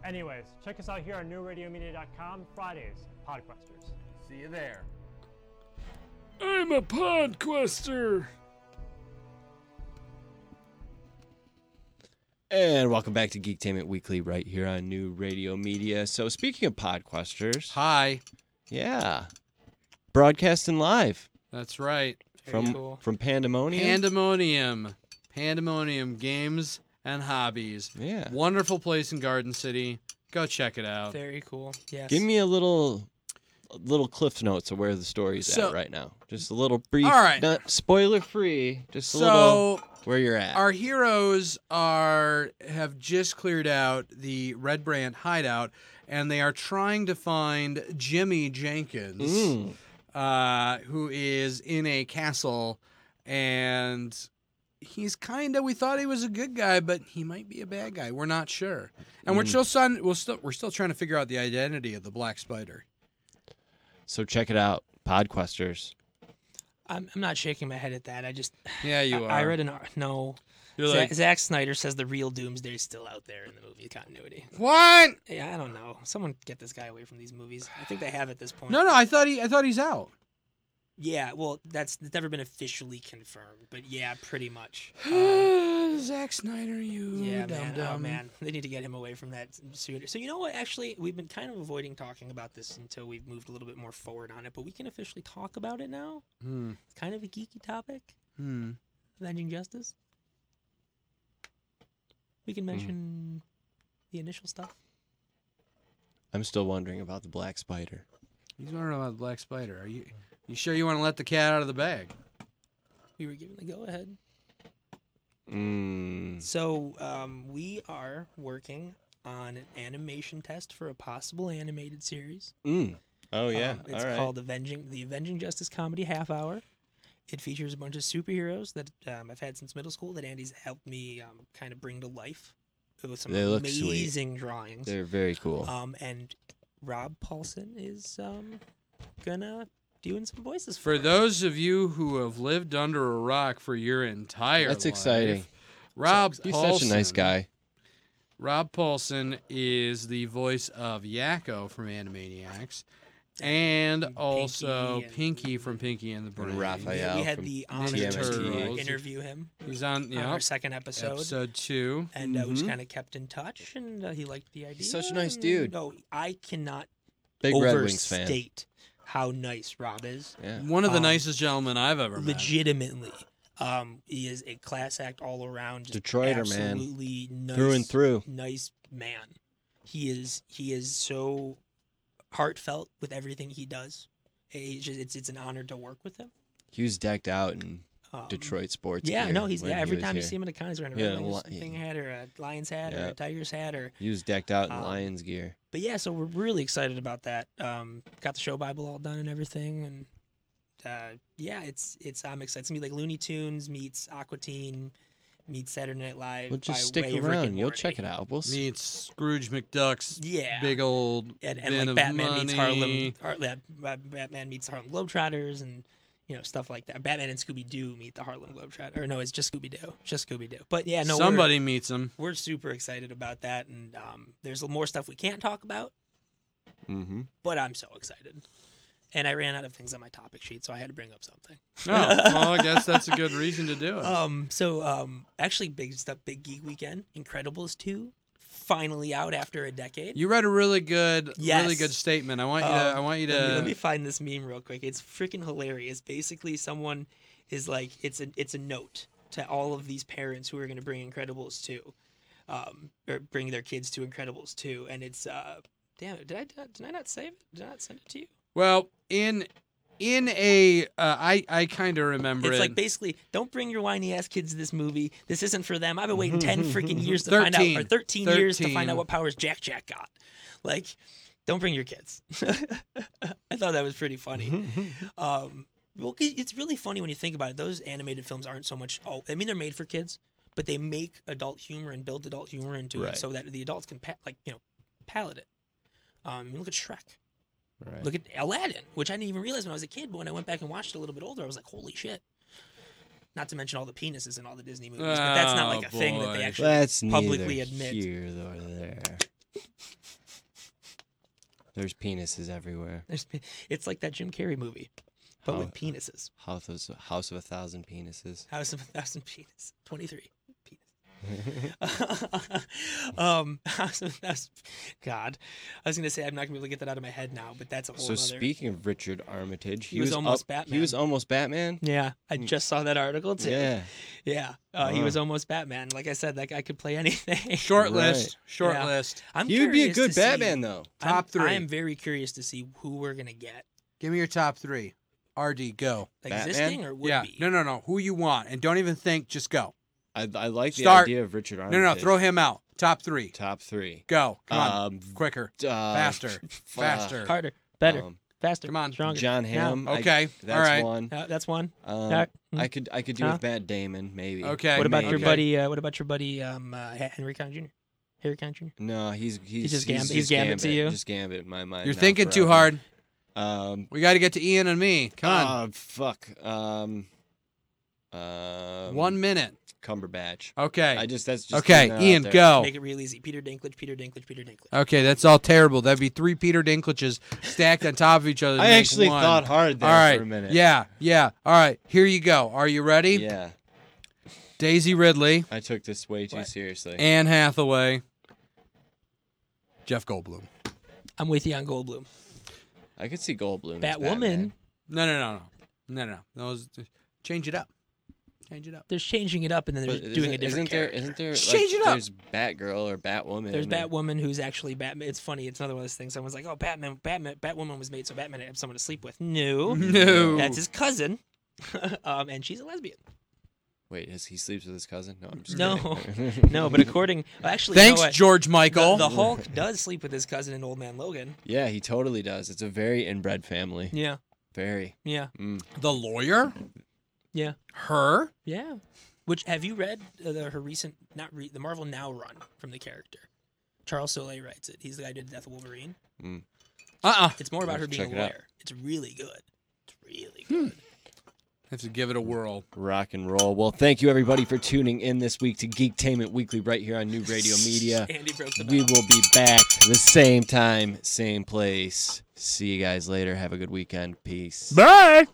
[SPEAKER 14] Anyways, check us out here on newradiomedia.com Fridays, Podquesters.
[SPEAKER 2] See you there.
[SPEAKER 15] I'm a podquester.
[SPEAKER 1] And welcome back to Geektainment Weekly right here on New Radio Media. So speaking of podquesters.
[SPEAKER 2] Hi.
[SPEAKER 1] Yeah. Broadcasting live
[SPEAKER 2] That's right.
[SPEAKER 1] from from Pandemonium.
[SPEAKER 2] Pandemonium. Pandemonium Games and Hobbies.
[SPEAKER 1] Yeah.
[SPEAKER 2] Wonderful place in Garden City. Go check it out.
[SPEAKER 3] Very cool. Yes.
[SPEAKER 1] Give me a little a little cliff notes of where the story's
[SPEAKER 2] So-
[SPEAKER 1] at right now. Just a little brief.
[SPEAKER 2] All right.
[SPEAKER 1] Not spoiler free. Just a
[SPEAKER 2] So-
[SPEAKER 1] little where you're at.
[SPEAKER 2] Our heroes are have just cleared out the Red Brand hideout, and they are trying to find Jimmy Jenkins,
[SPEAKER 1] Mm.
[SPEAKER 2] uh, who is in a castle, and he's kind of. We thought he was a good guy, but he might be a bad guy. We're not sure, and we're
[SPEAKER 1] Mm.
[SPEAKER 2] still son. We're still we're still trying to figure out the identity of the Black Spider.
[SPEAKER 1] So check it out. Podquesters.
[SPEAKER 3] I'm, I'm not shaking my head at that. I just
[SPEAKER 2] Yeah, you
[SPEAKER 3] I, I
[SPEAKER 2] are.
[SPEAKER 3] read an ar- no.
[SPEAKER 2] You're
[SPEAKER 3] Za-
[SPEAKER 2] like-
[SPEAKER 3] Zack Snyder says the real Doomsday is still out there in the movie continuity.
[SPEAKER 2] What?
[SPEAKER 3] Yeah, I don't know. Someone get this guy away from these movies. I think they have at this point.
[SPEAKER 2] No, no, I thought he I thought he's out.
[SPEAKER 3] Yeah, well, that's, that's never been officially confirmed, but yeah, pretty much. Um,
[SPEAKER 2] Zack Snyder, you
[SPEAKER 3] Yeah,
[SPEAKER 2] dumb
[SPEAKER 3] man. Oh
[SPEAKER 2] dumb.
[SPEAKER 3] man, they need to get him away from that sooner. So you know what? Actually, we've been kind of avoiding talking about this until we've moved a little bit more forward on it, but we can officially talk about it now.
[SPEAKER 2] Hmm.
[SPEAKER 3] It's kind of a geeky topic.
[SPEAKER 2] Hmm.
[SPEAKER 3] Avenging Justice. We
[SPEAKER 1] Mm-hmm.
[SPEAKER 3] can mention the initial stuff.
[SPEAKER 1] I'm still wondering about the black spider.
[SPEAKER 2] He's wondering about the black spider. Are you you sure you want to let the cat out of the bag?
[SPEAKER 3] We were given the go ahead.
[SPEAKER 1] Mm.
[SPEAKER 3] So um, we are working on an animation test for a possible animated series.
[SPEAKER 1] Mm. Oh yeah.
[SPEAKER 3] Um, it's
[SPEAKER 1] All right.
[SPEAKER 3] called Avenging the Avenging Justice Comedy Half Hour. It features a bunch of superheroes that um, I've had since middle school that Andy's helped me um, kind of bring to life with some
[SPEAKER 1] They look sweet.
[SPEAKER 3] amazing drawings.
[SPEAKER 1] They're very cool.
[SPEAKER 3] Um, and Rob Paulson is um, gonna doing some voices for.
[SPEAKER 2] For those of you who have lived under a rock for your entire
[SPEAKER 1] That's
[SPEAKER 2] life,
[SPEAKER 1] exciting.
[SPEAKER 2] Rob
[SPEAKER 1] He's such a nice
[SPEAKER 2] Paulsen-
[SPEAKER 1] guy.
[SPEAKER 2] Rob Paulson is the voice of Yakko from Animaniacs, and also
[SPEAKER 3] and-
[SPEAKER 2] Pinky from Pinky and the Brain.
[SPEAKER 1] Raphael
[SPEAKER 3] we had the honor
[SPEAKER 2] Ninja
[SPEAKER 3] to
[SPEAKER 2] Turtles.
[SPEAKER 3] interview him.
[SPEAKER 2] He's on, yeah,
[SPEAKER 3] our second episode.
[SPEAKER 2] episode two,
[SPEAKER 3] and uh, we just
[SPEAKER 2] Mhm.
[SPEAKER 3] kind of kept in touch, and uh, he liked the idea.
[SPEAKER 1] He's such a nice
[SPEAKER 3] and,
[SPEAKER 1] dude.
[SPEAKER 3] No, I cannot
[SPEAKER 1] Big Red Wings fan.
[SPEAKER 3] overstate how nice Rob is.
[SPEAKER 1] Yeah.
[SPEAKER 2] One of the
[SPEAKER 3] Um,
[SPEAKER 2] nicest gentlemen I've ever met.
[SPEAKER 3] Legitimately, um, he is a class act all around. just
[SPEAKER 1] Detroiter, man.
[SPEAKER 3] absolutely nice,
[SPEAKER 1] Through and through.
[SPEAKER 3] Nice man. He is. He is so heartfelt with everything he does. It's just, it's, it's an honor to work with him.
[SPEAKER 1] He was decked out in
[SPEAKER 3] Um,
[SPEAKER 1] Detroit sports.
[SPEAKER 3] Yeah,
[SPEAKER 1] gear
[SPEAKER 3] no, he's
[SPEAKER 1] when
[SPEAKER 3] yeah.
[SPEAKER 1] he
[SPEAKER 3] Every
[SPEAKER 1] was
[SPEAKER 3] time you
[SPEAKER 1] here.
[SPEAKER 3] see him in a con, he's wearing a
[SPEAKER 1] Yeah,
[SPEAKER 3] Red Wings
[SPEAKER 1] li-
[SPEAKER 3] thing hat or a Lions hat or
[SPEAKER 1] Yeah.
[SPEAKER 3] a Tigers hat or
[SPEAKER 1] He was decked out in
[SPEAKER 3] Um,
[SPEAKER 1] Lions gear.
[SPEAKER 3] but yeah, so we're really excited about that. Um, got the show bible all done and everything, and uh, yeah, it's it's I'm excited. It's gonna be like Looney Tunes meets Aqua Teen meets Saturday Night Live.
[SPEAKER 1] Well, just
[SPEAKER 3] by
[SPEAKER 1] stick
[SPEAKER 3] way of Rick and
[SPEAKER 1] around. You'll
[SPEAKER 3] Morty.
[SPEAKER 1] check it out. We'll see.
[SPEAKER 2] meets Scrooge McDuck's
[SPEAKER 3] Yeah.
[SPEAKER 2] big old bin
[SPEAKER 3] And, and like
[SPEAKER 2] of
[SPEAKER 3] Batman
[SPEAKER 2] money.
[SPEAKER 3] meets Harlem, Har- yeah, Ba- Batman meets Harlem Globetrotters, and you know stuff like that. Batman and Scooby Doo meet the Harlem Globetrotters, or no, it's just Scooby Doo, just Scooby Doo. But yeah, no, we're-
[SPEAKER 2] somebody meets him.
[SPEAKER 3] we're super excited about that, and um, there's more stuff we can't talk about.
[SPEAKER 1] Mm-hmm.
[SPEAKER 3] but I'm so excited. And I ran out of things on my topic sheet, so I had to bring up something.
[SPEAKER 2] No, Oh, well, I guess that's a good reason to do it.
[SPEAKER 3] Um, so um, actually, big stuff, big geek weekend. Incredibles two, finally out after a decade.
[SPEAKER 2] You read a really good, really
[SPEAKER 3] Yes.
[SPEAKER 2] good statement. I want you. to,
[SPEAKER 3] Um,
[SPEAKER 2] I want you to.
[SPEAKER 3] Let me, let me find this meme real quick. It's freaking hilarious. Basically, someone is like, it's a it's a note to all of these parents who are going to bring Incredibles two. um, or bring their kids to Incredibles two, and it's uh, damn it, did I did I not save it? Did I not send it to you?
[SPEAKER 2] Well, in in a uh, I I kind of remember
[SPEAKER 3] It's
[SPEAKER 2] it.
[SPEAKER 3] like basically, don't bring your whiny ass kids to this movie. This isn't for them. I've been waiting ten freaking years to find out, or
[SPEAKER 2] 13.
[SPEAKER 3] thirteen, years to find
[SPEAKER 2] 13.
[SPEAKER 3] out what powers Jack Jack got. Like, don't bring your kids. I thought that was pretty funny. um, well, 'cause it's really funny when you think about it. Those animated films aren't so much. Oh, I mean, they're made for kids, but they make adult humor and build adult humor into
[SPEAKER 16] Right.
[SPEAKER 3] it so that the adults can pa- like you know palate it. Um, I mean, look at Shrek.
[SPEAKER 16] Right.
[SPEAKER 3] Look at Aladdin, which I didn't even realize when I was a kid. But when I went back and watched it a little bit older, I was like, holy shit. Not to mention all the penises in all the Disney movies. but that's not like a
[SPEAKER 1] Oh,
[SPEAKER 3] thing that
[SPEAKER 1] boy.
[SPEAKER 3] they actually publicly
[SPEAKER 1] neither
[SPEAKER 3] admit.
[SPEAKER 1] Here nor there. There's penises everywhere.
[SPEAKER 3] There's pe- It's like that Jim Carrey movie, but with
[SPEAKER 1] How-
[SPEAKER 3] penises.
[SPEAKER 1] House of, House of a Thousand Penises.
[SPEAKER 3] House of a Thousand Penises. 23. um, House of a Thousand. God. I was going to say, I'm not going to be able to get that out of my head now, but that's a whole
[SPEAKER 1] so
[SPEAKER 3] other.
[SPEAKER 1] speaking of Richard Armitage, he,
[SPEAKER 3] He was almost
[SPEAKER 1] up- He
[SPEAKER 3] Batman.
[SPEAKER 1] was almost Batman.
[SPEAKER 3] Yeah, I just saw that article too.
[SPEAKER 1] Hmm. Yeah.
[SPEAKER 3] Yeah. Uh, He
[SPEAKER 1] Wow.
[SPEAKER 3] was almost Batman. Like I said, that guy could play anything.
[SPEAKER 2] Short list, short
[SPEAKER 3] Yeah.
[SPEAKER 2] list.
[SPEAKER 3] I'm
[SPEAKER 1] He would be a
[SPEAKER 3] curious
[SPEAKER 1] good
[SPEAKER 3] to see-
[SPEAKER 1] Batman, though.
[SPEAKER 3] I'm-
[SPEAKER 2] Top three.
[SPEAKER 3] I am very curious to see who we're gonna get.
[SPEAKER 2] Give me your top three. RD, go.
[SPEAKER 3] Batman? Existing or would
[SPEAKER 2] yeah.
[SPEAKER 3] be?
[SPEAKER 2] No, no, no. Who you want, and don't even think. Just go.
[SPEAKER 1] I, I like the
[SPEAKER 2] Start.
[SPEAKER 1] idea of Richard
[SPEAKER 2] No,
[SPEAKER 1] Armitage.
[SPEAKER 2] no, no. Throw him out. Top three.
[SPEAKER 1] Top three.
[SPEAKER 2] Go. Come on.
[SPEAKER 1] Um,
[SPEAKER 2] Quicker.
[SPEAKER 1] d- uh,
[SPEAKER 2] faster.
[SPEAKER 1] f- uh,
[SPEAKER 2] faster.
[SPEAKER 3] Harder, better,
[SPEAKER 1] um,
[SPEAKER 3] faster. Come on, stronger.
[SPEAKER 1] John
[SPEAKER 3] Now.
[SPEAKER 1] Hamm. I-
[SPEAKER 2] Okay,
[SPEAKER 1] that's
[SPEAKER 2] all right.
[SPEAKER 1] one.
[SPEAKER 3] Uh, that's one.
[SPEAKER 1] Um,
[SPEAKER 3] Uh,
[SPEAKER 1] I could I could do
[SPEAKER 3] huh?
[SPEAKER 1] with Matt Damon maybe.
[SPEAKER 2] Okay,
[SPEAKER 3] What about your
[SPEAKER 1] maybe.
[SPEAKER 3] buddy? Uh, what about your buddy um, uh, Hen- Henry Conn Jr.? Henry Conn Jr.
[SPEAKER 1] No, he's he's,
[SPEAKER 3] just Gambit- he's Gambit to you?
[SPEAKER 1] Just Gambit in my mind.
[SPEAKER 2] You're
[SPEAKER 1] now
[SPEAKER 2] thinking too
[SPEAKER 1] forever.
[SPEAKER 2] hard.
[SPEAKER 1] Um,
[SPEAKER 2] We got to get to Ian and me. Come on.
[SPEAKER 1] ah, fuck. Um, um,
[SPEAKER 2] One minute.
[SPEAKER 1] Cumberbatch.
[SPEAKER 2] Okay.
[SPEAKER 1] I just that's just
[SPEAKER 2] Okay,
[SPEAKER 1] throwing that
[SPEAKER 2] Ian,
[SPEAKER 1] out there.
[SPEAKER 2] go.
[SPEAKER 3] Make it real easy. Peter Dinklage. Peter Dinklage. Peter Dinklage.
[SPEAKER 2] Okay, that's all terrible. That'd be three Peter Dinklages stacked on top of each other. to
[SPEAKER 1] I
[SPEAKER 2] make
[SPEAKER 1] actually
[SPEAKER 2] one.
[SPEAKER 1] thought hard there
[SPEAKER 2] all right.
[SPEAKER 1] for a minute.
[SPEAKER 2] Yeah, yeah. All right, here you go. Are you ready?
[SPEAKER 1] Yeah.
[SPEAKER 2] Daisy Ridley,
[SPEAKER 1] I took this way too seriously.
[SPEAKER 2] Anne Hathaway, Jeff Goldblum.
[SPEAKER 3] I'm with you on Goldblum.
[SPEAKER 1] I could see Goldblum. as
[SPEAKER 3] Batwoman.
[SPEAKER 2] No, no, no, no, no, no. no. Those, change it up. Change it up.
[SPEAKER 3] They're changing it up and then they're
[SPEAKER 1] But isn't-
[SPEAKER 3] doing a
[SPEAKER 1] isn't
[SPEAKER 3] different
[SPEAKER 1] there,
[SPEAKER 3] character.
[SPEAKER 1] isn't there like,
[SPEAKER 2] Just change it up.
[SPEAKER 1] There's Batgirl or Batwoman.
[SPEAKER 3] There's
[SPEAKER 1] or-
[SPEAKER 3] Batwoman who's actually Batman. It's funny. It's another one of those things. Someone's like, "Oh, Batman, Batman, Batwoman was made so Batman had someone to sleep with." No,
[SPEAKER 2] No.
[SPEAKER 3] that's his cousin, um, and she's a lesbian.
[SPEAKER 1] Wait, has he sleeps with his cousin? No, I'm just
[SPEAKER 3] No,
[SPEAKER 1] kidding.
[SPEAKER 3] no. But according, well, actually, you know
[SPEAKER 2] Thanks,
[SPEAKER 3] what?
[SPEAKER 2] George
[SPEAKER 3] The-
[SPEAKER 2] Michael.
[SPEAKER 3] The, Hulk does sleep with his cousin in Old Man Logan.
[SPEAKER 1] Yeah, he totally does. It's a very inbred family.
[SPEAKER 3] Yeah.
[SPEAKER 1] Very.
[SPEAKER 3] Yeah.
[SPEAKER 1] Mm.
[SPEAKER 2] The lawyer.
[SPEAKER 3] Yeah,
[SPEAKER 2] Her.
[SPEAKER 3] yeah. Which have you read uh, the, her recent not re- the Marvel Now run from the character? Charles Soule writes it. He's the guy who did Death of Wolverine.
[SPEAKER 1] Mm.
[SPEAKER 2] Uh-uh.
[SPEAKER 3] It's more about
[SPEAKER 1] I'll
[SPEAKER 3] her
[SPEAKER 1] have to check
[SPEAKER 3] being a
[SPEAKER 1] it out. Hmm.
[SPEAKER 3] lawyer. It's really good. It's really good.
[SPEAKER 2] Have to give it a whirl.
[SPEAKER 1] Rock and roll. Well, thank you everybody for tuning in this week to Geektainment Weekly right here on New Radio Media.
[SPEAKER 3] Andy broke the
[SPEAKER 1] we will be back the same time, same place. See you guys later. Have a good weekend. Peace.
[SPEAKER 15] Bye!